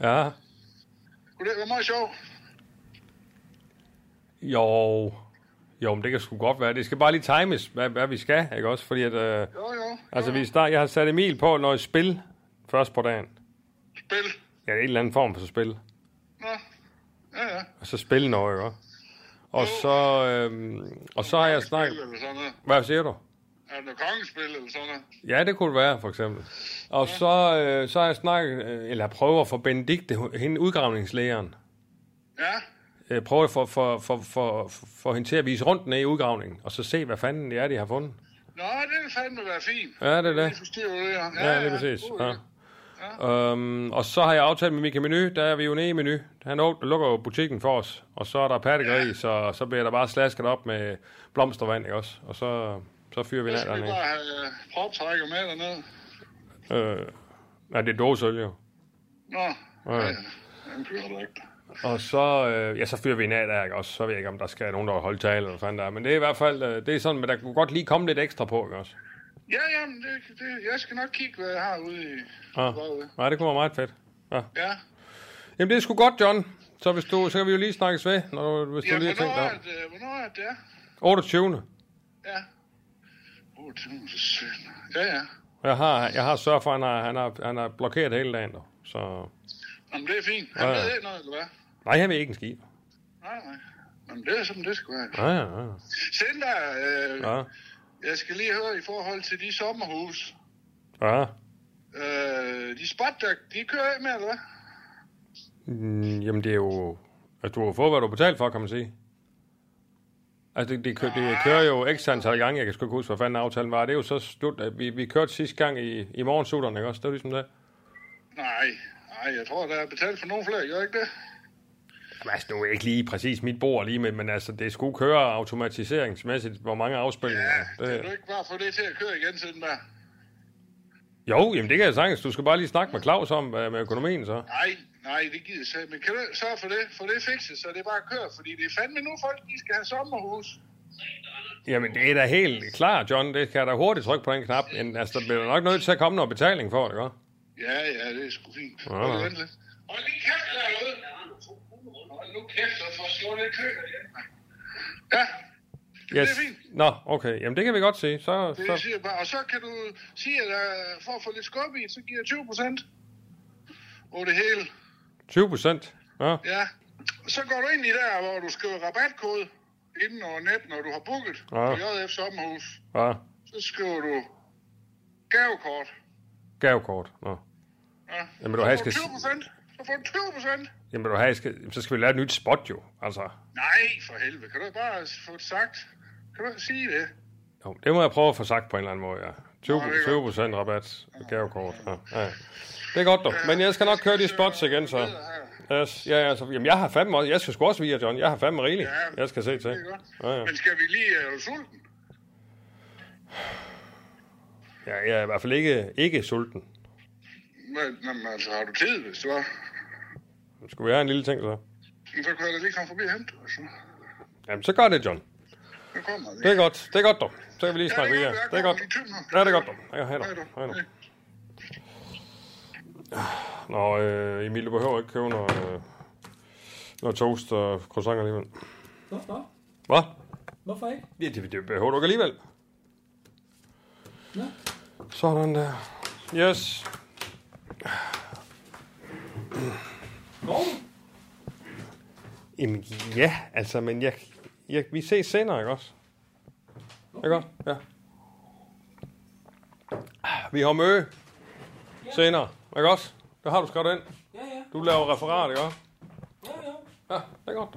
[SPEAKER 6] ja.
[SPEAKER 10] Kunne det være meget sjovt?
[SPEAKER 6] Jo. Jo, men det kan sgu godt være. Det skal bare lige times, hvad, hvad vi skal, ikke også? Fordi at, øh,
[SPEAKER 10] Jo, jo.
[SPEAKER 6] altså, vi start, jeg har sat Emil på noget spil først på dagen.
[SPEAKER 10] Spil?
[SPEAKER 6] Ja, en eller anden form for spil.
[SPEAKER 10] Nå. Ja, ja.
[SPEAKER 6] Og så spille noget, ikke også? Og så, øh, og så har jeg snakket...
[SPEAKER 10] Eller sådan noget.
[SPEAKER 6] Hvad siger du?
[SPEAKER 10] Er det noget kongespil eller sådan noget?
[SPEAKER 6] Ja, det kunne det være, for eksempel. Og så, øh, så har jeg snakket, øh, eller prøver at få Benedikte, hun- hende udgravningslægeren,
[SPEAKER 10] Ja.
[SPEAKER 6] øh, prøver at få for, for, for, for, for hende til at vise rundt ned i udgravningen, og så se, hvad fanden det er, de har fundet.
[SPEAKER 10] Nå, det vil fandme være fint.
[SPEAKER 6] Ja, det er det.
[SPEAKER 10] Vi forstyrrer jo det her.
[SPEAKER 6] Ja, ja, lige præcis.
[SPEAKER 10] god idé.
[SPEAKER 6] Ja. Øhm, og så har jeg aftalt med Mika Menu, der er vi jo nede i Menu. Han åb- lukker jo butikken for os, og så er der pattegris, ja. så, så bliver der bare slasket op med blomstervand, ikke også? Og så, så fyrer vi
[SPEAKER 10] Så
[SPEAKER 6] den af
[SPEAKER 10] skal vi
[SPEAKER 6] dernede.
[SPEAKER 10] bare have øh, proptrækker med dernede.
[SPEAKER 6] Øh, nej, det er dåseøl, jo.
[SPEAKER 10] Nå,
[SPEAKER 6] Ja.
[SPEAKER 10] den kører du ikke.
[SPEAKER 6] Og så, øh, ja, så fyrer vi en af der, ikke? også? så ved jeg ikke, om der skal nogen, der holder tale, eller hvad fanden der er. Men det er i hvert fald, øh, det er sådan, men der kunne godt lige komme lidt ekstra på, ikke også?
[SPEAKER 10] Ja, jamen, det, det, jeg skal nok kigge, hvad jeg har ude i...
[SPEAKER 6] Ja.
[SPEAKER 10] Derude.
[SPEAKER 6] Nej, det kunne være meget fedt. Ja.
[SPEAKER 10] Ja.
[SPEAKER 6] Jamen, det er sgu godt, John. Så, hvis du, så kan vi jo lige snakkes ved, når du, hvis
[SPEAKER 10] ja,
[SPEAKER 6] du lige har tænkt
[SPEAKER 10] hvornår,
[SPEAKER 6] dig
[SPEAKER 10] er
[SPEAKER 6] om.
[SPEAKER 10] det, øh, hvornår er det, det er?
[SPEAKER 6] 28.
[SPEAKER 10] Ja. Åh, det er så synd. Ja, ja.
[SPEAKER 6] Jeg har, jeg har sørget for, at han har, han, har, han har blokeret hele dagen, dog. Så...
[SPEAKER 10] Jamen, det er fint. Han
[SPEAKER 6] Ja, Ah,
[SPEAKER 10] ja,
[SPEAKER 6] ja.
[SPEAKER 10] ved ikke noget, eller hvad?
[SPEAKER 6] Nej, han vil ikke en skid.
[SPEAKER 10] Nej, nej. Nå. Jamen, det er som det skulle være.
[SPEAKER 6] Ja, ja, ja.
[SPEAKER 10] Sender, øh, ja.
[SPEAKER 6] Ja,
[SPEAKER 10] jeg skal lige høre i forhold til de sommerhus.
[SPEAKER 6] ja.
[SPEAKER 10] Øh, de spotduck, de kører af med, eller hvad?
[SPEAKER 6] Mm, jamen, det er jo... At du har fået, hvad du har betalt for, kan man sige. Altså, det, det, kø, det kører jo x antal gange. Jeg kan sgu ikke huske, hvad fanden aftalen var. Det er jo så slut. at Vi, vi kørte sidste gang i, i morgensutterne, ikke også? Det var ligesom det.
[SPEAKER 10] Nej, nej, jeg tror, der er betalt for nogle flere, gør ikke det?
[SPEAKER 6] Jamen, altså, nu er ikke lige præcis mit bord lige med, men altså, det skulle køre automatiseringsmæssigt, hvor mange afspilninger. Ja,
[SPEAKER 10] Kan du ikke bare få det til at køre igen, siden der?
[SPEAKER 6] Jo, jamen det kan jeg sagtens. Du skal bare lige snakke med Claus om øh, med økonomien så.
[SPEAKER 10] Nej, nej, det gider sig. Men kan du ikke sørge for det? For det fikset, så det er bare kører, fordi det er fandme nu folk, de skal have sommerhus.
[SPEAKER 6] Jamen det er da helt klart, John. Det kan jeg da hurtigt trykke på den knap. Men, altså, der bliver nok nødt til at komme noget betaling for det, ikke?
[SPEAKER 10] Ja, ja, det er sgu fint.
[SPEAKER 6] Ja,
[SPEAKER 10] Hold
[SPEAKER 6] ja.
[SPEAKER 10] vent lidt. Hold lige kæft derude. Hold nu kæft, så får slået lidt kø. Ja,
[SPEAKER 6] Yes. Nå, okay. Jamen det kan vi godt se. Så,
[SPEAKER 10] det
[SPEAKER 6] så...
[SPEAKER 10] siger jeg bare. Og så kan du sige, at øh, for at få lidt skub i, så giver jeg 20 procent. Og det hele.
[SPEAKER 6] 20 procent. Ja.
[SPEAKER 10] Ja. Så går du ind i der, hvor du skriver rabatkode inden over net, når du har booket
[SPEAKER 6] Ja.
[SPEAKER 10] ja. på JF Sommerhus.
[SPEAKER 6] ja.
[SPEAKER 10] Så skriver du gavekort.
[SPEAKER 6] Gavekort. Nå.
[SPEAKER 10] Ja.
[SPEAKER 6] Jamen, du har
[SPEAKER 10] så får
[SPEAKER 6] skal-
[SPEAKER 10] 20 procent. Så får du 20 procent.
[SPEAKER 6] Jamen, du have, skal... så skal vi lave et nyt spot jo. Altså,
[SPEAKER 10] Nej, for helvede. Kan du ikke bare få det sagt? Kan du ikke sige det?
[SPEAKER 6] jo, det må jeg prøve at få sagt på en eller anden måde, ja. 20,
[SPEAKER 10] Nå, det er
[SPEAKER 6] 20 procent rabat. Gavekort. Ja. ja. Det er godt dog. Men jeg skal nok køre de spots igen, så. Yes. Ja, ja, så, jamen, jeg har fandme også. Jeg skal sgu også via, John. Jeg har fandme rigeligt. Jeg skal se til. Ja, ja.
[SPEAKER 10] Men skal vi lige... Er du sulten?
[SPEAKER 6] Ja, jeg er i hvert fald ikke, ikke sulten.
[SPEAKER 10] Men, jamen, altså, har du tid, hvis du var?
[SPEAKER 6] Skulle vi have en lille ting så?
[SPEAKER 10] Men Så kan jeg da lige komme forbi og hente dig, altså.
[SPEAKER 6] Jamen, så gør det, John.
[SPEAKER 10] Nu kommer jeg
[SPEAKER 6] Det er godt. Det er godt, dog. Så kan vi lige snakke videre. Det er godt. Ja, det er godt, dog. Ja, hej, dog. Hej, dog. Nå, øh, Emil, du behøver ikke købe noget, øh, noget toast og croissant alligevel.
[SPEAKER 12] Hvorfor?
[SPEAKER 6] Hvad?
[SPEAKER 12] Hvorfor ikke?
[SPEAKER 6] Ja, det, det behøver du ikke alligevel.
[SPEAKER 12] Nå.
[SPEAKER 6] Sådan der. Yes.
[SPEAKER 12] Går du?
[SPEAKER 6] Jamen, ja, altså, men jeg, jeg, vi ses senere, ikke også? Okay. Ikke også? Ja. Vi har møde senere, ikke også? Det har du skrevet ind.
[SPEAKER 12] Ja, ja.
[SPEAKER 6] Du laver referat, ikke også?
[SPEAKER 12] Ja, ja.
[SPEAKER 6] Ja, det er godt.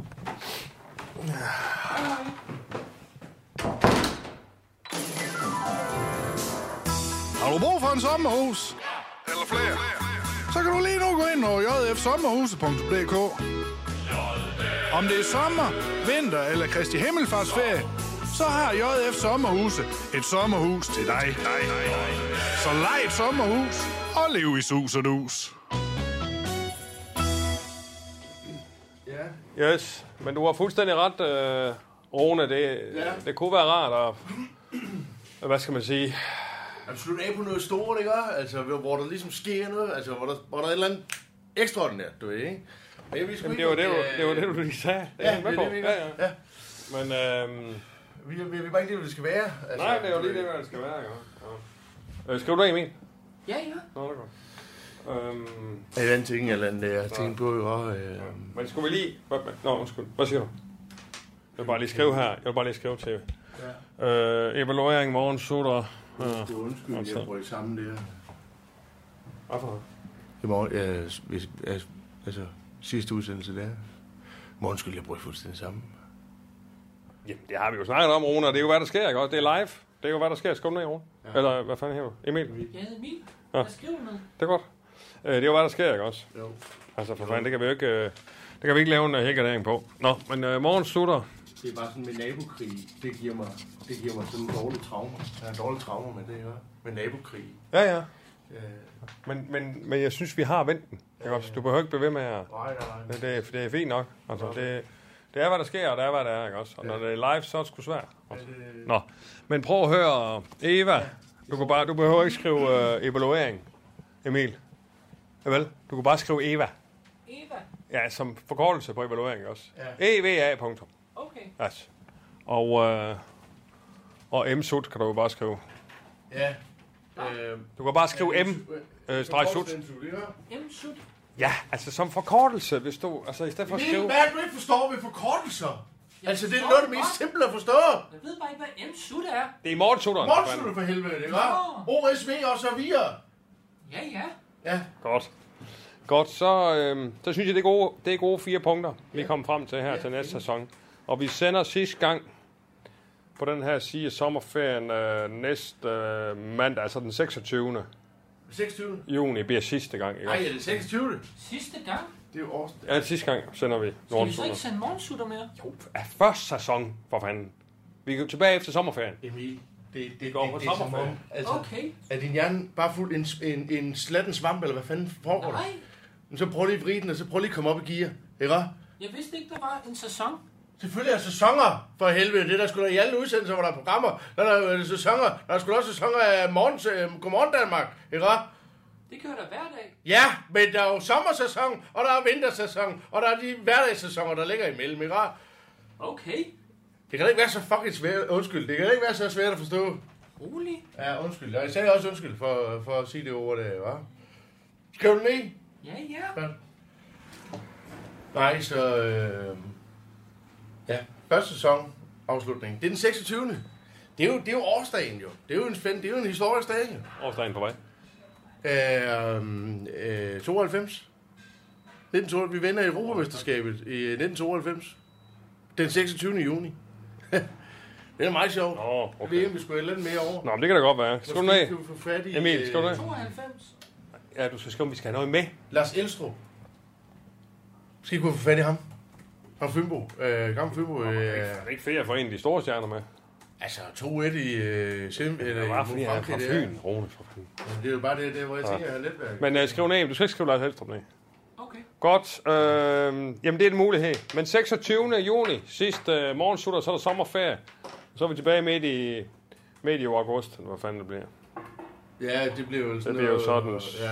[SPEAKER 12] Hej, hej.
[SPEAKER 17] Har du brug for en sommerhus? Eller flere? Så kan du lige nu gå ind over jfsommerhuset.dk Om det er sommer, vinter eller Kristi Himmelfartsferie, så har JF Sommerhuse et sommerhus til dig. Så lej et sommerhus og lev i sus og dus.
[SPEAKER 6] Yes, men du har fuldstændig ret, øh, Rune. Det, ja. det kunne være rart at... Hvad skal man sige?
[SPEAKER 2] Jamen, slutte af på noget stort, ikke? Altså, hvor hvor der ligesom sker noget. Altså, hvor der, hvor der er et eller andet ekstraordinært, du ved, ikke? Men jeg ved sgu
[SPEAKER 6] Jamen,
[SPEAKER 2] ikke,
[SPEAKER 6] det var det,
[SPEAKER 2] om
[SPEAKER 6] du- det var det, du lige sagde. Det
[SPEAKER 2] Øh.
[SPEAKER 6] er
[SPEAKER 2] Ja,
[SPEAKER 6] jeg
[SPEAKER 2] det
[SPEAKER 6] med
[SPEAKER 2] er
[SPEAKER 6] på.
[SPEAKER 2] det, vi
[SPEAKER 6] Ja,
[SPEAKER 2] ja,
[SPEAKER 6] ja.
[SPEAKER 2] ja.
[SPEAKER 6] Men, øhm...
[SPEAKER 2] Vi, vi, vi bare ikke lige, hvad det skal være.
[SPEAKER 6] Nej,
[SPEAKER 2] øh,
[SPEAKER 6] det er jo lige det, hvad det skal være, jo. Øh, skriv du af, Emil?
[SPEAKER 12] Ja, ja.
[SPEAKER 6] Nå, det er godt. Øhm,
[SPEAKER 2] En eller anden ting, eller andet, jeg tænkte på, ikke? også, Øh,
[SPEAKER 6] men skulle vi lige... Hvad, hvad- nå, undskyld. Hvad siger du? Jeg vil bare lige skrive her. Jeg vil bare lige skrive til... Ja. Øh, evaluering, morgen, sutter... Øh,
[SPEAKER 2] det er undskyld, jeg brød sammen der.
[SPEAKER 6] Hvorfor?
[SPEAKER 2] I morgen, øh, hvis, altså, altså, sidste udsendelse der. Morgen skulle jeg bruge fuldstændig sammen.
[SPEAKER 6] Jamen, det har vi jo snakket om, Rune, og det er jo, hvad der sker, ikke også? Det er live. Det er jo, hvad der sker. Skum ned, Rune. Ja. Eller hvad fanden her du? Emil?
[SPEAKER 12] Jeg hedder Emil.
[SPEAKER 6] Ja.
[SPEAKER 12] Jeg skriver noget.
[SPEAKER 6] Det er godt. Øh, det er jo, hvad der sker, ikke også?
[SPEAKER 2] Jo.
[SPEAKER 6] Altså, for fanden, det kan vi jo ikke... Øh, det kan vi ikke lave en øh, hækkerdering på. Nå, men øh, morgen slutter.
[SPEAKER 2] Det er bare sådan med nabokrig, det giver mig, det giver mig sådan en dårlig traume. Jeg har dårlige traumer med det, ikke? også? Med nabokrig.
[SPEAKER 6] Ja, ja.
[SPEAKER 2] Øh,
[SPEAKER 6] Men, men, men jeg synes, vi har vendt den. Ikke også? Du behøver ikke blive ved med at...
[SPEAKER 2] nej, nej.
[SPEAKER 6] Det, det, er, det er fint nok. Altså, det, det er, hvad der sker, og det er, hvad der er, ikke også? Og når det er live, så er det sgu svært. Altså. Nå, men prøv at høre, Eva. Du, kan bare, du behøver ikke skrive øh, evaluering, Emil. Ja, vel? Du kan bare skrive Eva.
[SPEAKER 12] Eva.
[SPEAKER 6] Ja, som forkortelse på evaluering ikke også.
[SPEAKER 12] Ja.
[SPEAKER 6] EVA. Punktum.
[SPEAKER 12] Okay.
[SPEAKER 6] Altså. Og, øh, og MSUT kan du jo bare skrive.
[SPEAKER 2] Ja. Øh,
[SPEAKER 6] Du kan bare skrive
[SPEAKER 2] Ja,
[SPEAKER 6] M,
[SPEAKER 2] øh,
[SPEAKER 6] øh, streg sut.
[SPEAKER 12] M-sut.
[SPEAKER 6] Ja, altså som forkortelse, hvis du... Altså i stedet for at
[SPEAKER 2] Emil,
[SPEAKER 6] skrive...
[SPEAKER 2] hvad er det, du ikke forstår ved forkortelser? Altså, det er noget af det mest simple at forstå.
[SPEAKER 12] Jeg ved bare ikke, hvad M-Sut er.
[SPEAKER 6] Det er morgensutteren.
[SPEAKER 2] Morgensutteren for helvede, det var. OSV og så videre.
[SPEAKER 12] Ja, ja.
[SPEAKER 2] Ja.
[SPEAKER 6] Godt. Godt, så, øh, så synes jeg, det er gode, det er gode fire punkter, vi kommer frem til her til næste sæson. Og vi sender sidste gang på den her side af sommerferien øh, næste øh, mandag, altså den 26.
[SPEAKER 2] 26.
[SPEAKER 6] juni bliver sidste gang. Ikke?
[SPEAKER 2] Nej, er det 26?
[SPEAKER 12] Sidste gang.
[SPEAKER 2] Det er jo års.
[SPEAKER 6] Ja, sidste gang sender vi
[SPEAKER 12] Skal vi så
[SPEAKER 6] morgensutter.
[SPEAKER 12] ikke sende morgensutter mere?
[SPEAKER 6] Jo. Ja, første sæson, for fanden. Vi er jo tilbage efter sommerferien.
[SPEAKER 2] Emil, det, det,
[SPEAKER 6] går på
[SPEAKER 2] det er som
[SPEAKER 6] sommerferie.
[SPEAKER 2] om, altså,
[SPEAKER 12] Okay.
[SPEAKER 2] Er din hjerne bare fuld en, en, en slatten svamp, eller hvad fanden foregår der?
[SPEAKER 12] Nej.
[SPEAKER 2] Men så prøv lige at vride den, og så prøv lige at komme op i gear. Ikke?
[SPEAKER 12] Jeg vidste ikke, der var en sæson.
[SPEAKER 2] Selvfølgelig er sæsoner for helvede. Det er der skulle i alle udsendelser, hvor der er programmer. Der er der øh, sæsoner. Der er sgu da også sæsoner af morgens, øh, Godmorgen Danmark. Ikke?
[SPEAKER 12] Det kører der hver dag.
[SPEAKER 2] Ja, men der er jo sommersæson, og der er vintersæson, og der er de hverdagssæsoner, der ligger imellem. Ikke?
[SPEAKER 12] Okay.
[SPEAKER 2] Det kan da ikke være så fucking svært. Undskyld, det kan da ikke være så svært at forstå.
[SPEAKER 12] Rolig.
[SPEAKER 2] Ja, undskyld. Jeg sagde også undskyld for, for at sige det ord, der, var. Skriv den ned.
[SPEAKER 12] Ja, ja.
[SPEAKER 2] Nej, så... Øh, ja, første sæson afslutning. Det er den 26. Det er jo, det er jo årsdagen jo. Det er jo en, spænd, det er jo en historisk dag jo.
[SPEAKER 6] Årsdagen på vej.
[SPEAKER 2] Øh, øh, 92. 1992. Vi vinder Europamesterskabet i øh, 1992. Den 26. juni. det er meget sjovt.
[SPEAKER 6] Nå,
[SPEAKER 2] okay. VM, vi skulle lidt mere over.
[SPEAKER 6] Nå, men det kan da godt være. Skal du den af?
[SPEAKER 2] Måske kan vi få fat i,
[SPEAKER 6] Emil, skal du den af?
[SPEAKER 12] 92.
[SPEAKER 6] Ja, du skal skrive, om vi skal have noget med.
[SPEAKER 2] Lars Elstrup. Skal I kunne få fat i ham? Fra Fynbo. Øh, gammel Fynbo. Øh,
[SPEAKER 6] Det er ikke fedt at få en af de store stjerner med.
[SPEAKER 2] altså, 2-1 i... Øh, sim, eller,
[SPEAKER 6] Det
[SPEAKER 2] i
[SPEAKER 6] var fordi, han er fra
[SPEAKER 2] Frankrig, det er.
[SPEAKER 6] Fyn. Rune fra Fyn.
[SPEAKER 2] Men Det er jo bare det, det er, hvor jeg
[SPEAKER 6] Ja.
[SPEAKER 2] tænker, at jeg har netværk.
[SPEAKER 6] Men øh, skriv ned. Du skal ikke skrive Lars Helstrup ned.
[SPEAKER 12] Okay.
[SPEAKER 6] Godt. Øh, jamen, det er en mulighed. Men 26. juni, sidst øh, morgen slutter, så er der sommerferie. Så er vi tilbage midt i, midt i august, eller hvad fanden det bliver.
[SPEAKER 2] Ja, det bliver jo sådan
[SPEAKER 6] Det bliver jo sådan-
[SPEAKER 2] noget, øh, Ja.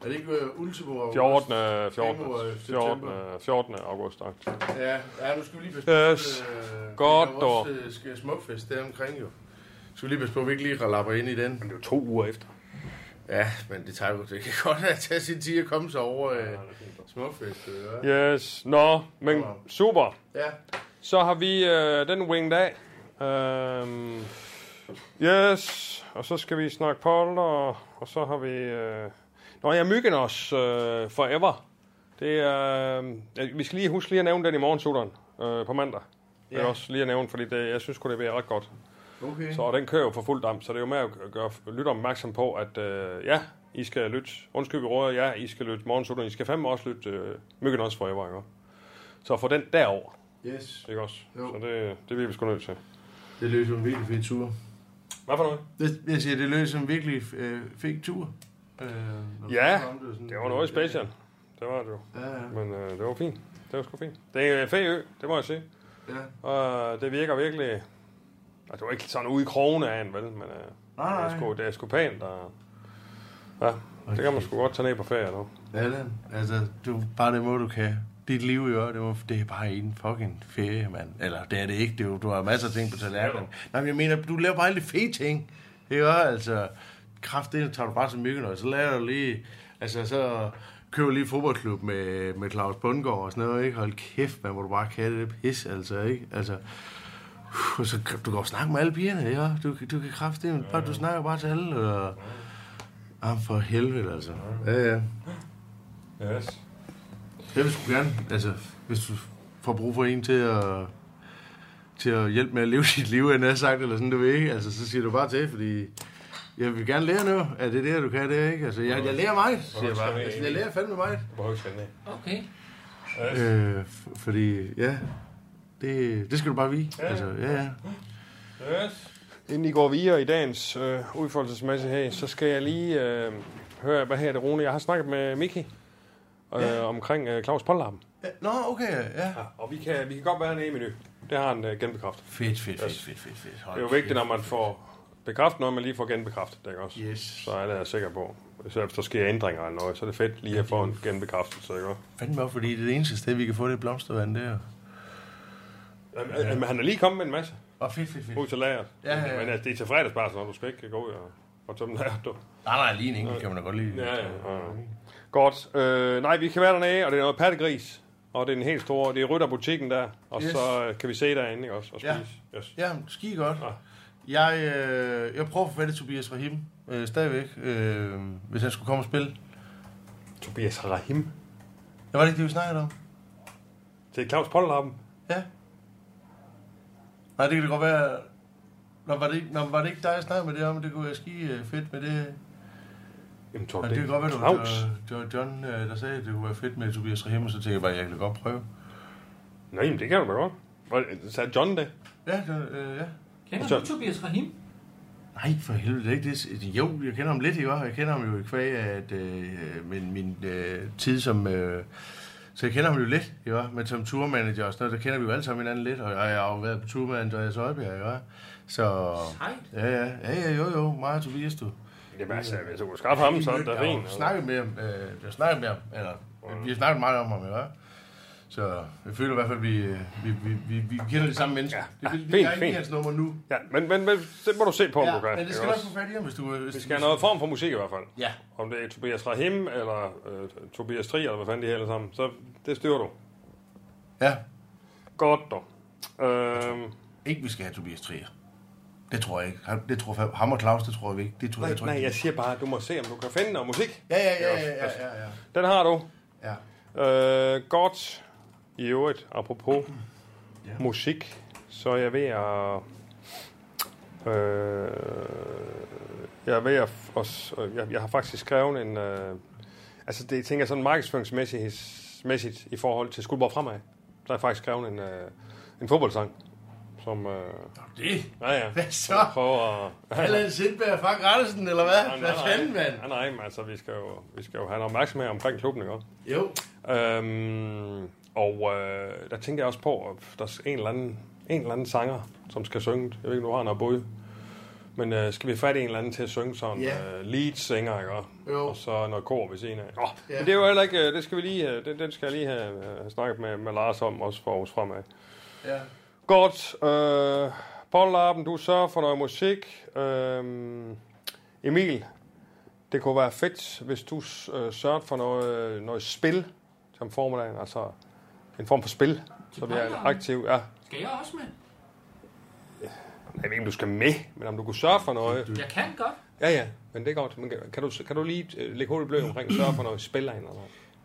[SPEAKER 2] Er det ikke øh, Ultimo? og-
[SPEAKER 6] 14.
[SPEAKER 2] Ultimo, øh,
[SPEAKER 6] 14. 14.
[SPEAKER 2] september?
[SPEAKER 6] 14. august. agtigt.
[SPEAKER 2] Ja, ja, nu skal vi lige passe
[SPEAKER 6] Yes. Godt,
[SPEAKER 2] der er jo også, øh, skal smukfest deromkring jo. Nu skal vi lige passe på, at vi ikke lige lapper ind i den. Men det
[SPEAKER 6] er jo to uger efter.
[SPEAKER 2] Ja, men det tager jo det kan godt at tage sin tid at komme sig over øh, smukfest. Øh.
[SPEAKER 6] Yes. Nå, men super.
[SPEAKER 2] Ja.
[SPEAKER 6] Så har vi øh, den winged af. Øhm, yes, og så skal vi snakke polter, og så har vi... Øh, Nå, ja, myggen også, øh, forever. Det er, øh, ja, vi skal lige huske lige at nævne den i morgensutteren øh, på mandag. Ja. Jeg
[SPEAKER 2] Ja.
[SPEAKER 6] også lige at nævne, fordi det, jeg synes sgu, det bliver ret godt.
[SPEAKER 2] Okay.
[SPEAKER 6] Så og den kører jo for fuld damp, så det er jo med at gøre lytter opmærksom på, at øh, ja, I skal lytte. Undskyld, vi råder ja, I skal lytte morgensutteren. I skal fandme også lytte øh, myggen også forever, ikke? Så få den derover.
[SPEAKER 2] Yes.
[SPEAKER 6] Ikke også? Jo. Så det, det bliver vi sgu nødt til.
[SPEAKER 2] Det løser en virkelig fed tur.
[SPEAKER 6] Hvad for noget?
[SPEAKER 2] Det, jeg siger, det løser en virkelig øh, fed tur. Øh,
[SPEAKER 6] Ja, det var noget special. Det var det jo.
[SPEAKER 2] Ja, ja.
[SPEAKER 6] Men øh, det var fint. Det var sgu fint. Det er en fed ø, det må jeg sige.
[SPEAKER 2] Ja.
[SPEAKER 6] Og øh, det virker virkelig... Altså, det var ikke sådan ude i krogene af en, vel? Men øh,
[SPEAKER 2] Nej,
[SPEAKER 6] det, er
[SPEAKER 2] nej.
[SPEAKER 6] sgu, det er sgu pænt. Og, ja, det kan man sgu godt tage ned på ferie nu.
[SPEAKER 2] Allan, altså, du, bare det må du kan. Dit liv i år, det, var, det er bare en fucking ferie, mand. Eller det er det ikke, det er, jo- du har masser af ting på tallerkenen. Nej, men jeg mener, du laver bare alle de fede ting. Ikke også? altså, kraft det tager du bare så myggen, og så laver du lige, altså så køber lige fodboldklub med, med Claus Bundgaard og sådan noget, ikke? Hold kæft, man, hvor du bare kan det, det pis, altså, ikke? Altså, uh, så, kan- du kan jo snakke med alle pigerne, ikke? også? Du, kan- du kan kraft det, bare, du snakker bare til alle, og... Ah, for helvede, altså. Ja, ja.
[SPEAKER 6] Yes.
[SPEAKER 2] Jeg vil sgu gerne, altså, hvis du får brug for en til at, til at hjælpe med at leve dit liv, end jeg sagt, eller sådan, du ved ikke, altså, så siger du bare til, fordi jeg vil gerne lære noget, er det det, du kan, det er, ikke? Altså, jeg, jeg lærer mig, siger jeg bare. Altså, jeg lærer fandme mig.
[SPEAKER 6] Hvor højt skal den ned?
[SPEAKER 12] Okay.
[SPEAKER 2] Øh, f- fordi, ja, det, det skal du bare vide.
[SPEAKER 6] Ja, ja.
[SPEAKER 2] Altså, ja, ja.
[SPEAKER 6] Yes. Inden I går videre i dagens øh, udfoldelsesmæssighed, så skal jeg lige øh, høre, hvad her det, Rune? Jeg har snakket med Miki øh,
[SPEAKER 2] Ja.
[SPEAKER 6] omkring øh, Claus Pollarm.
[SPEAKER 2] Nå, okay, ja.
[SPEAKER 6] Og vi kan, vi kan godt være nede i menu. Det har han øh, genbekræftet.
[SPEAKER 2] Fedt, fedt, fedt, fedt, fedt, fedt.
[SPEAKER 6] Det er jo vigtigt, når man får bekræftet noget, man lige får genbekræftet det, ikke også?
[SPEAKER 2] Yes.
[SPEAKER 6] Så alle er sikre på. Selv hvis der sker ændringer eller noget, så er det fedt lige at få en genbekræftelse, ikke også?
[SPEAKER 2] Fanden mig, fordi det er det eneste sted, vi kan få det blomstervand der.
[SPEAKER 6] Jamen, øh, men han er lige kommet med en masse.
[SPEAKER 2] Og fedt, fedt, fedt.
[SPEAKER 6] Ud til lageret.
[SPEAKER 2] Ja, ja, ja.
[SPEAKER 6] Men altså, det er til fredagsbar, så du skal ikke gå ud og, og tømme lageret, du.
[SPEAKER 2] Nej, nej, lige en enkelt kan man da godt lide.
[SPEAKER 6] Ja, ja. Godt. Øh, nej, vi kan være dernede, og det er noget pattegris. Og det er den helt store, det er rytterbutikken der, og yes.
[SPEAKER 2] Yes.
[SPEAKER 6] så øh, kan vi se derinde, ikke også? Og spise.
[SPEAKER 2] Ja.
[SPEAKER 6] Ja. Yes.
[SPEAKER 2] ja, ski godt. Ja. Jeg, øh, jeg prøver at få fat i Tobias Rahim øh, stadigvæk, øh, hvis han skulle komme og spille.
[SPEAKER 6] Tobias Rahim?
[SPEAKER 2] Ja, var det ikke det, vi snakkede om?
[SPEAKER 6] Det er Claus Pollarpen.
[SPEAKER 2] Ja. Nej, det kan det godt være... Nå, var det ikke, nå, var det ikke dig, jeg snakkede med det om? Det kunne være ski øh, fedt med det.
[SPEAKER 6] Jamen,
[SPEAKER 2] Nå,
[SPEAKER 6] tror,
[SPEAKER 2] det kan godt være, det var,
[SPEAKER 6] Claus.
[SPEAKER 2] det var John, øh, der sagde, at det kunne være fedt med Tobias Rahim, og så tænkte jeg bare, at jeg kan da godt prøve.
[SPEAKER 6] Nej, men det kan du da godt. Hvor- Sagde John det?
[SPEAKER 2] Ja, det, øh, ja.
[SPEAKER 12] Kender
[SPEAKER 2] Så-
[SPEAKER 12] du Tobias Rahim?
[SPEAKER 2] Nej, for helvede, det er ikke det. Jo, jeg kender ham lidt, ikke? også? Jeg kender ham jo i kvæg af at, øh, min, min øh, tid som... Øh, så jeg kender ham jo lidt, ikke? også? Men som tourmanager og sådan noget, der kender vi jo alle sammen hinanden lidt. Og jeg, jeg har jo været på tourmanager i Søjbjerg, ikke? også? Så... Ja, ja, ja, ja, jo, jo. Mig og Tobias, du.
[SPEAKER 6] Det er altså, hvis du kunne skaffe ham, så er det da Mm. fint.
[SPEAKER 2] Jeg snakket med ham. Øh, jeg har snakket med ham. Eller, vi har snakket meget om ham, ikke? også? Så jeg føler i hvert fald, at vi, øh, vi, vi, vi, vi kender de samme mennesker.
[SPEAKER 6] Ja, Ah,
[SPEAKER 2] det, det,
[SPEAKER 6] fint,
[SPEAKER 2] jeg er ikke
[SPEAKER 6] fint.
[SPEAKER 2] lige hans nummer nu.
[SPEAKER 6] Ja, men, men, men det må du se på, om
[SPEAKER 2] Ja,
[SPEAKER 6] du kan.
[SPEAKER 2] men det
[SPEAKER 6] ikke
[SPEAKER 2] skal du
[SPEAKER 6] også?
[SPEAKER 2] også få fat i ham, hvis du... øh, Hvis,
[SPEAKER 6] Vi skal have noget form for musik i hvert fald.
[SPEAKER 2] Ja.
[SPEAKER 6] Om det er Tobias Rahim, eller øh, Tobias Tri, eller hvad fanden de her alle sammen. Så det styrer du.
[SPEAKER 2] Ja.
[SPEAKER 6] Godt dog. Øhm,
[SPEAKER 2] ikke, vi skal have Tobias Trier. Det tror jeg ikke. Han- Det tror jeg, ham og Claus, det tror vi ikke. Det tror,
[SPEAKER 6] Nej,
[SPEAKER 2] jeg, tror
[SPEAKER 6] nej,
[SPEAKER 2] ikke.
[SPEAKER 6] jeg siger bare, at du må se, om du kan finde noget musik.
[SPEAKER 2] Ja, ja, ja,
[SPEAKER 6] Ikke
[SPEAKER 2] ja,
[SPEAKER 6] også? Altså,
[SPEAKER 2] ja, ja, ja.
[SPEAKER 6] Den har du.
[SPEAKER 2] Ja.
[SPEAKER 6] Øh, godt. I øvrigt, apropos ja. musik, så er jeg ved at... Øh, jeg er ved at... Også, jeg, jeg har faktisk skrevet en... Øh, altså, det jeg tænker sådan markedsføringsmæssigt i forhold til Skuldborg Fremad. Der har jeg faktisk skrevet en, øh, en fodboldsang, som... Øh,
[SPEAKER 2] det?
[SPEAKER 6] Ja, ja.
[SPEAKER 2] Hvad så?
[SPEAKER 6] Jeg prøver at...
[SPEAKER 2] Allan Sindberg, Frank Andersen, eller hvad?
[SPEAKER 6] Nej, nej,
[SPEAKER 2] Hvad
[SPEAKER 6] nej.
[SPEAKER 2] fanden, mand?
[SPEAKER 6] Nej, nej, men altså, vi skal jo, vi skal jo have noget opmærksomhed omkring klubben, ikke også?
[SPEAKER 2] Jo.
[SPEAKER 6] Øhm, og øh, der tænker jeg også på, at der er en eller, anden, en eller anden sanger, som skal synge. Jeg ved ikke, om du har noget bud. Men øh, skal vi fatte en eller anden til at synge sådan
[SPEAKER 2] Ja.
[SPEAKER 6] yeah. øh, lead-sanger, ikke også?
[SPEAKER 2] Jo.
[SPEAKER 6] Og så noget kor ved siden af. Oh,
[SPEAKER 2] Ja.
[SPEAKER 6] yeah. Men det er jo heller ikke, øh, det skal vi lige, øh, den, den skal jeg lige have øh, snakket med, med Lars om, også for os fremad.
[SPEAKER 2] Ja.
[SPEAKER 6] Godt. Øh, Paul Larpen, du sørger for noget musik. Øh, Emil, det kunne være fedt, hvis du s- øh, sørgede for noget, noget spil som formiddagen. Altså en form for spil, så vi er
[SPEAKER 12] Paul Larpen?
[SPEAKER 6] aktive. Ja.
[SPEAKER 12] Skal jeg også med?
[SPEAKER 6] Jeg ved ikke, om du skal med, men om du kunne sørge for noget.
[SPEAKER 12] Jeg kan godt.
[SPEAKER 6] Ja, ja, men det er godt. Men kan- kan, du, kan du lige øh, lægge hovedet i blød omkring sørge for noget spil eller noget?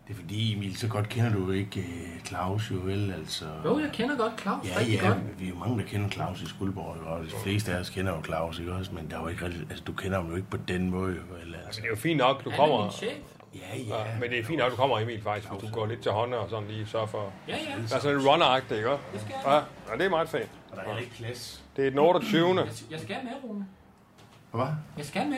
[SPEAKER 2] Det er fordi, Emil, så godt kender du ikke øh, Claus, jo vel, altså...
[SPEAKER 12] Jo, jeg kender godt Claus
[SPEAKER 2] Ja,
[SPEAKER 12] rigtig
[SPEAKER 2] ja,
[SPEAKER 12] godt.
[SPEAKER 2] men vi er jo mange, der kender Claus i Skuldborg, ikke? og de fleste af os kender jo Claus, ikke også? Men der er jo ikke rigtig, altså, du kender ham jo ikke på den måde, jo, vel, altså.
[SPEAKER 6] Det er jo fint nok, du
[SPEAKER 12] Han er
[SPEAKER 6] kommer.
[SPEAKER 12] min chef.
[SPEAKER 2] Ja,
[SPEAKER 6] ja. Men det er fint nok, du kommer, Emil, faktisk, hvis du går lidt til hånden og sådan lige sørger for...
[SPEAKER 12] Ja, ja.
[SPEAKER 6] Der er sådan en runner-agtig, ikke? Ja, ja, det er meget fedt.
[SPEAKER 2] Og der er ikke plads.
[SPEAKER 6] Det er den 28.
[SPEAKER 12] Jeg- Jeg skal med, Rune.
[SPEAKER 2] Hvad?
[SPEAKER 12] Jeg skal med.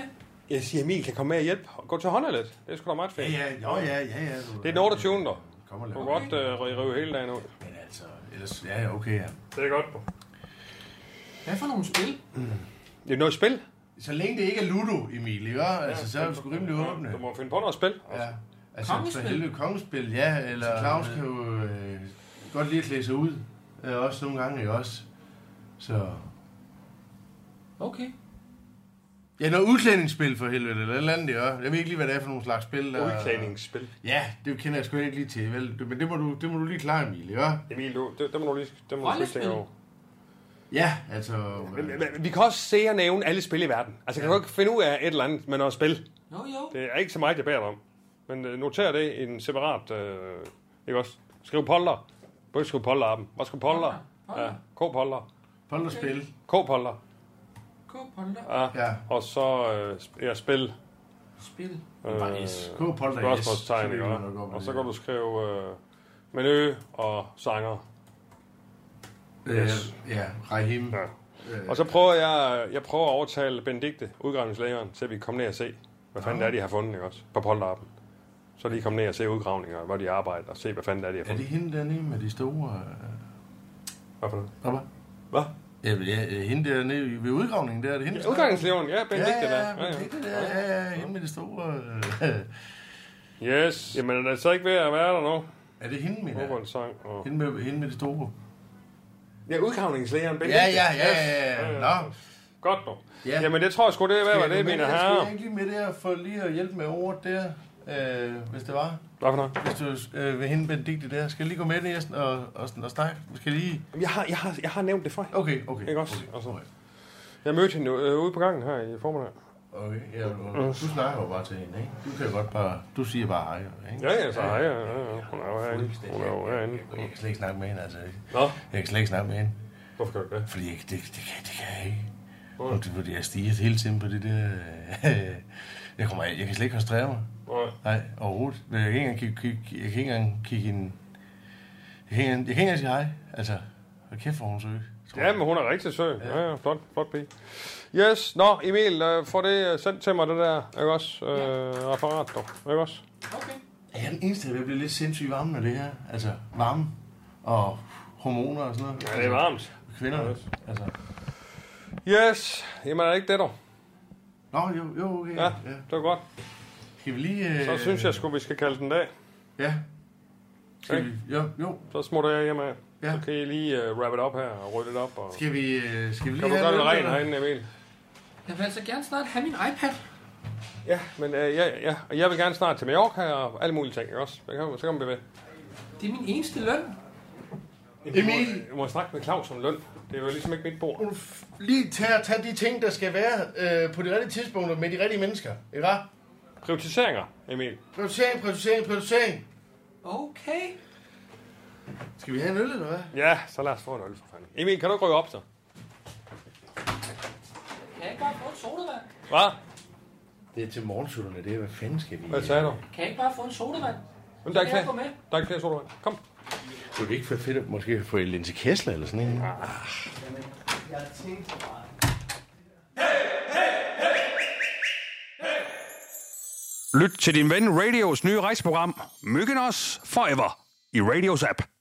[SPEAKER 6] Jeg siger, Emil kan komme med og hjælpe. Gå til hånden lidt. Det er sgu da meget fedt.
[SPEAKER 2] Ja, ja, jo, ja, ja, ja.
[SPEAKER 6] Det er den 28. dog.
[SPEAKER 2] Kom og
[SPEAKER 6] Du
[SPEAKER 2] lad
[SPEAKER 6] kan
[SPEAKER 2] mig.
[SPEAKER 6] godt øh, rive rive hele dagen ud.
[SPEAKER 2] Men altså, ellers, ja, ja, okay, ja.
[SPEAKER 6] Det er godt, bro.
[SPEAKER 12] Hvad for nogle spil?
[SPEAKER 6] Det er noget spil.
[SPEAKER 2] Så længe det ikke er Ludo, Emil, ikke? Altså, så er vi sgu rimelig åbne.
[SPEAKER 6] Du må finde på noget spil.
[SPEAKER 2] Ja. Altså, kongespil.
[SPEAKER 6] Kongespil.
[SPEAKER 2] for helvede kongespil, ja. Eller
[SPEAKER 6] Så
[SPEAKER 2] Altså, Claus kan jo øh, godt lide at klæde sig ud. Øh, også nogle gange, ikke også? Så...
[SPEAKER 12] Okay.
[SPEAKER 2] Ja, noget udklædningsspil for helvede, eller et eller andet, det er. Jeg ved ikke lige, hvad det er for nogle slags spil. Der...
[SPEAKER 6] Udklædningsspil.
[SPEAKER 2] Ja, det kender jeg sgu ikke lige til, vel? Du- Men det må du, det må du lige klare, Emil, ikke?
[SPEAKER 6] Emil, du, det, det må du lige det må du lige tænke over.
[SPEAKER 2] Ja, altså...
[SPEAKER 6] Men- men- men Vi kan også se og nævne alle spil i verden. Altså, kan du ikke finde ud af et eller andet med noget spil?
[SPEAKER 12] Jo, jo.
[SPEAKER 6] Det er ikke så meget, jeg bærer dig om. Men øh, noter det i en separat... Øh, ikke også? Skriv polder. Både skriv polder-appen. Hvad skriv polder? Ja, K-polder.
[SPEAKER 2] Polderspil.
[SPEAKER 6] K-polder.
[SPEAKER 12] K-polder.
[SPEAKER 6] Ja. ja. Og så øh, sp- ja, spil.
[SPEAKER 12] Spil.
[SPEAKER 2] Bare S. K-polder S. Så
[SPEAKER 6] Spørgsmålstegn,
[SPEAKER 2] ved
[SPEAKER 6] ikke?
[SPEAKER 2] man, hvad der går med
[SPEAKER 6] Og
[SPEAKER 2] det.
[SPEAKER 6] så kan du skrive øh, menu og sanger.
[SPEAKER 2] Øh, ja, Rahim.
[SPEAKER 6] Ja.
[SPEAKER 2] Øh.
[SPEAKER 6] Og så prøver jeg, jeg prøver at overtale Benedikte, udgravningslægeren, til at vi kommer ned og se, hvad fanden
[SPEAKER 2] Nå.
[SPEAKER 6] det er, de har fundet, ikke også? På polterappen. Så lige komme ned og se udgravninger, og hvor de arbejder, og se, hvad fanden det er, de har
[SPEAKER 2] Er det
[SPEAKER 6] fundet.
[SPEAKER 2] hende dernede med de store... øh,
[SPEAKER 6] Hvad for noget?
[SPEAKER 2] Hvad?
[SPEAKER 6] Hvad?
[SPEAKER 2] Ja, ja, hende dernede ved udgravningen, der er det hende.
[SPEAKER 6] Ja, udgravningsleveren, ja, Benedikte
[SPEAKER 2] ja,
[SPEAKER 6] der.
[SPEAKER 2] ja,
[SPEAKER 6] Ja, ja.
[SPEAKER 2] Benedikte der. Ja, ja, ja, hende med det store... øh,
[SPEAKER 6] Yes. Jamen, er det så ikke ved at være der nu?
[SPEAKER 2] Er det hende, mener jeg?
[SPEAKER 6] Fodboldsang og...
[SPEAKER 2] hende, med, hende med det store.
[SPEAKER 6] Ja, udgravningslægeren,
[SPEAKER 2] Ja, ja, ja, ja, ja.
[SPEAKER 6] Yes.
[SPEAKER 2] Nå.
[SPEAKER 6] Godt dog. Ja. Jamen, det tror jeg sgu, det er hvad
[SPEAKER 2] Skal
[SPEAKER 6] var
[SPEAKER 2] du
[SPEAKER 6] det,
[SPEAKER 2] med-
[SPEAKER 6] mine
[SPEAKER 2] Skal
[SPEAKER 6] herrer.
[SPEAKER 2] jeg ikke lige med der for lige at hjælpe med ordet der? øh, hvis det var.
[SPEAKER 6] Hvad for noget?
[SPEAKER 2] Hvis du øh, vil hende Benedikte der, skal jeg lige gå med næsten og, og, og snakke? Skal jeg lige...
[SPEAKER 6] Jeg har, jeg, har, jeg har nævnt det for
[SPEAKER 2] Okay, okay.
[SPEAKER 6] Ikke også? Altså.
[SPEAKER 2] Okay, okay.
[SPEAKER 6] Jeg mødte hende øh, ude på gangen her i formiddag.
[SPEAKER 2] okay ja, du, du
[SPEAKER 6] Mm.
[SPEAKER 2] snakker jo bare til hende, ikke? Du kan jo godt bare... Du siger bare hej, ikke?
[SPEAKER 6] Ja, ja, så hej, ja, ja, ja. Hun er jo herinde. Hun er jo herinde.
[SPEAKER 2] Jeg kan slet ikke snakke med hende, altså.
[SPEAKER 6] Nå?
[SPEAKER 2] Jeg kan slet ikke snakke med hende.
[SPEAKER 6] Hvorfor gør du det?
[SPEAKER 2] Fordi jeg, det, det, kan, det kan jeg ikke. Og det, fordi jeg stiger hele tiden på det der... øh, jeg, kommer, jeg kan slet ikke koncentrere mig.
[SPEAKER 6] Nej.
[SPEAKER 2] Nej, overhovedet. Men jeg kan ikke engang kigge, kigge, jeg kan ikke engang kigge hende... Jeg kan ikke engang, jeg kan ikke engang sige hej. Altså, hold kæft, hvor hun søg.
[SPEAKER 6] Ja, men hun er rigtig sød. Ja, ja, flot, flot pige. Yes, nå Emil, øh, få det øh, sendt til mig, det der, ikke også? Øh, referat, dog, ikke også?
[SPEAKER 2] Er jeg den eneste, der bliver lidt sindssygt varme med det her? Altså, varme og hormoner og sådan noget.
[SPEAKER 6] Ja, det er varmt.
[SPEAKER 2] Kvinder, altså.
[SPEAKER 6] Yes, jamen er det ikke det, dog?
[SPEAKER 2] Nå, jo, jo, okay.
[SPEAKER 6] Ja, det var godt.
[SPEAKER 2] Skal vi lige... øh,
[SPEAKER 6] Så synes jeg sgu, vi skal kalde den dag.
[SPEAKER 2] Ja. Skal vi, jo, jo.
[SPEAKER 6] Så smutter jeg hjemme af.
[SPEAKER 2] Ja.
[SPEAKER 6] Så kan I lige uh, wrap it up her og rydde det op. Og...
[SPEAKER 2] Skal vi, øh, skal vi lige
[SPEAKER 6] Kan du
[SPEAKER 2] have
[SPEAKER 6] gøre det
[SPEAKER 2] noget,
[SPEAKER 6] rent
[SPEAKER 2] eller?
[SPEAKER 6] herinde, Emil?
[SPEAKER 12] Jeg vil altså gerne snart have min iPad.
[SPEAKER 6] Ja, men øh, ja, ja, og jeg vil gerne snart til Mallorca og alle mulige ting, ikke også? Så kan, så kan man blive ved.
[SPEAKER 12] Det er min eneste løn.
[SPEAKER 2] Emil!
[SPEAKER 6] Jeg må snakke med Claus om løn. Det er jo ligesom ikke mit bord.
[SPEAKER 2] Ulf, lige tage, tage de ting, der skal være øh, på de rigtige tidspunkter med de rigtige mennesker. Ikke hva'?
[SPEAKER 6] Prioriteringer, Emil.
[SPEAKER 2] Prioritering, prioritering, prioritering.
[SPEAKER 12] Okay.
[SPEAKER 2] Skal vi have en øl, eller hvad?
[SPEAKER 6] Ja, så lad os få en øl for fanden. Emil, kan du ikke rykke op så?
[SPEAKER 12] Kan jeg ikke bare få en sodavand?
[SPEAKER 6] Hvad?
[SPEAKER 2] Det er til morgensutterne, det er, hvad fanden skal vi... øh,
[SPEAKER 6] Hvad sagde du?
[SPEAKER 12] Kan jeg ikke bare få en sodavand?
[SPEAKER 6] Men der er ikke
[SPEAKER 12] Kan jeg
[SPEAKER 6] flere,
[SPEAKER 12] få med?
[SPEAKER 6] der er ikke flere sodavand. Kom.
[SPEAKER 2] Kunne det ikke være fedt at måske få Linse Kessler eller sådan en?
[SPEAKER 18] Jeg tænkte bare...
[SPEAKER 3] Lyt til din ven Radios nye rejseprogram, Myggen os Forever, i Radios app.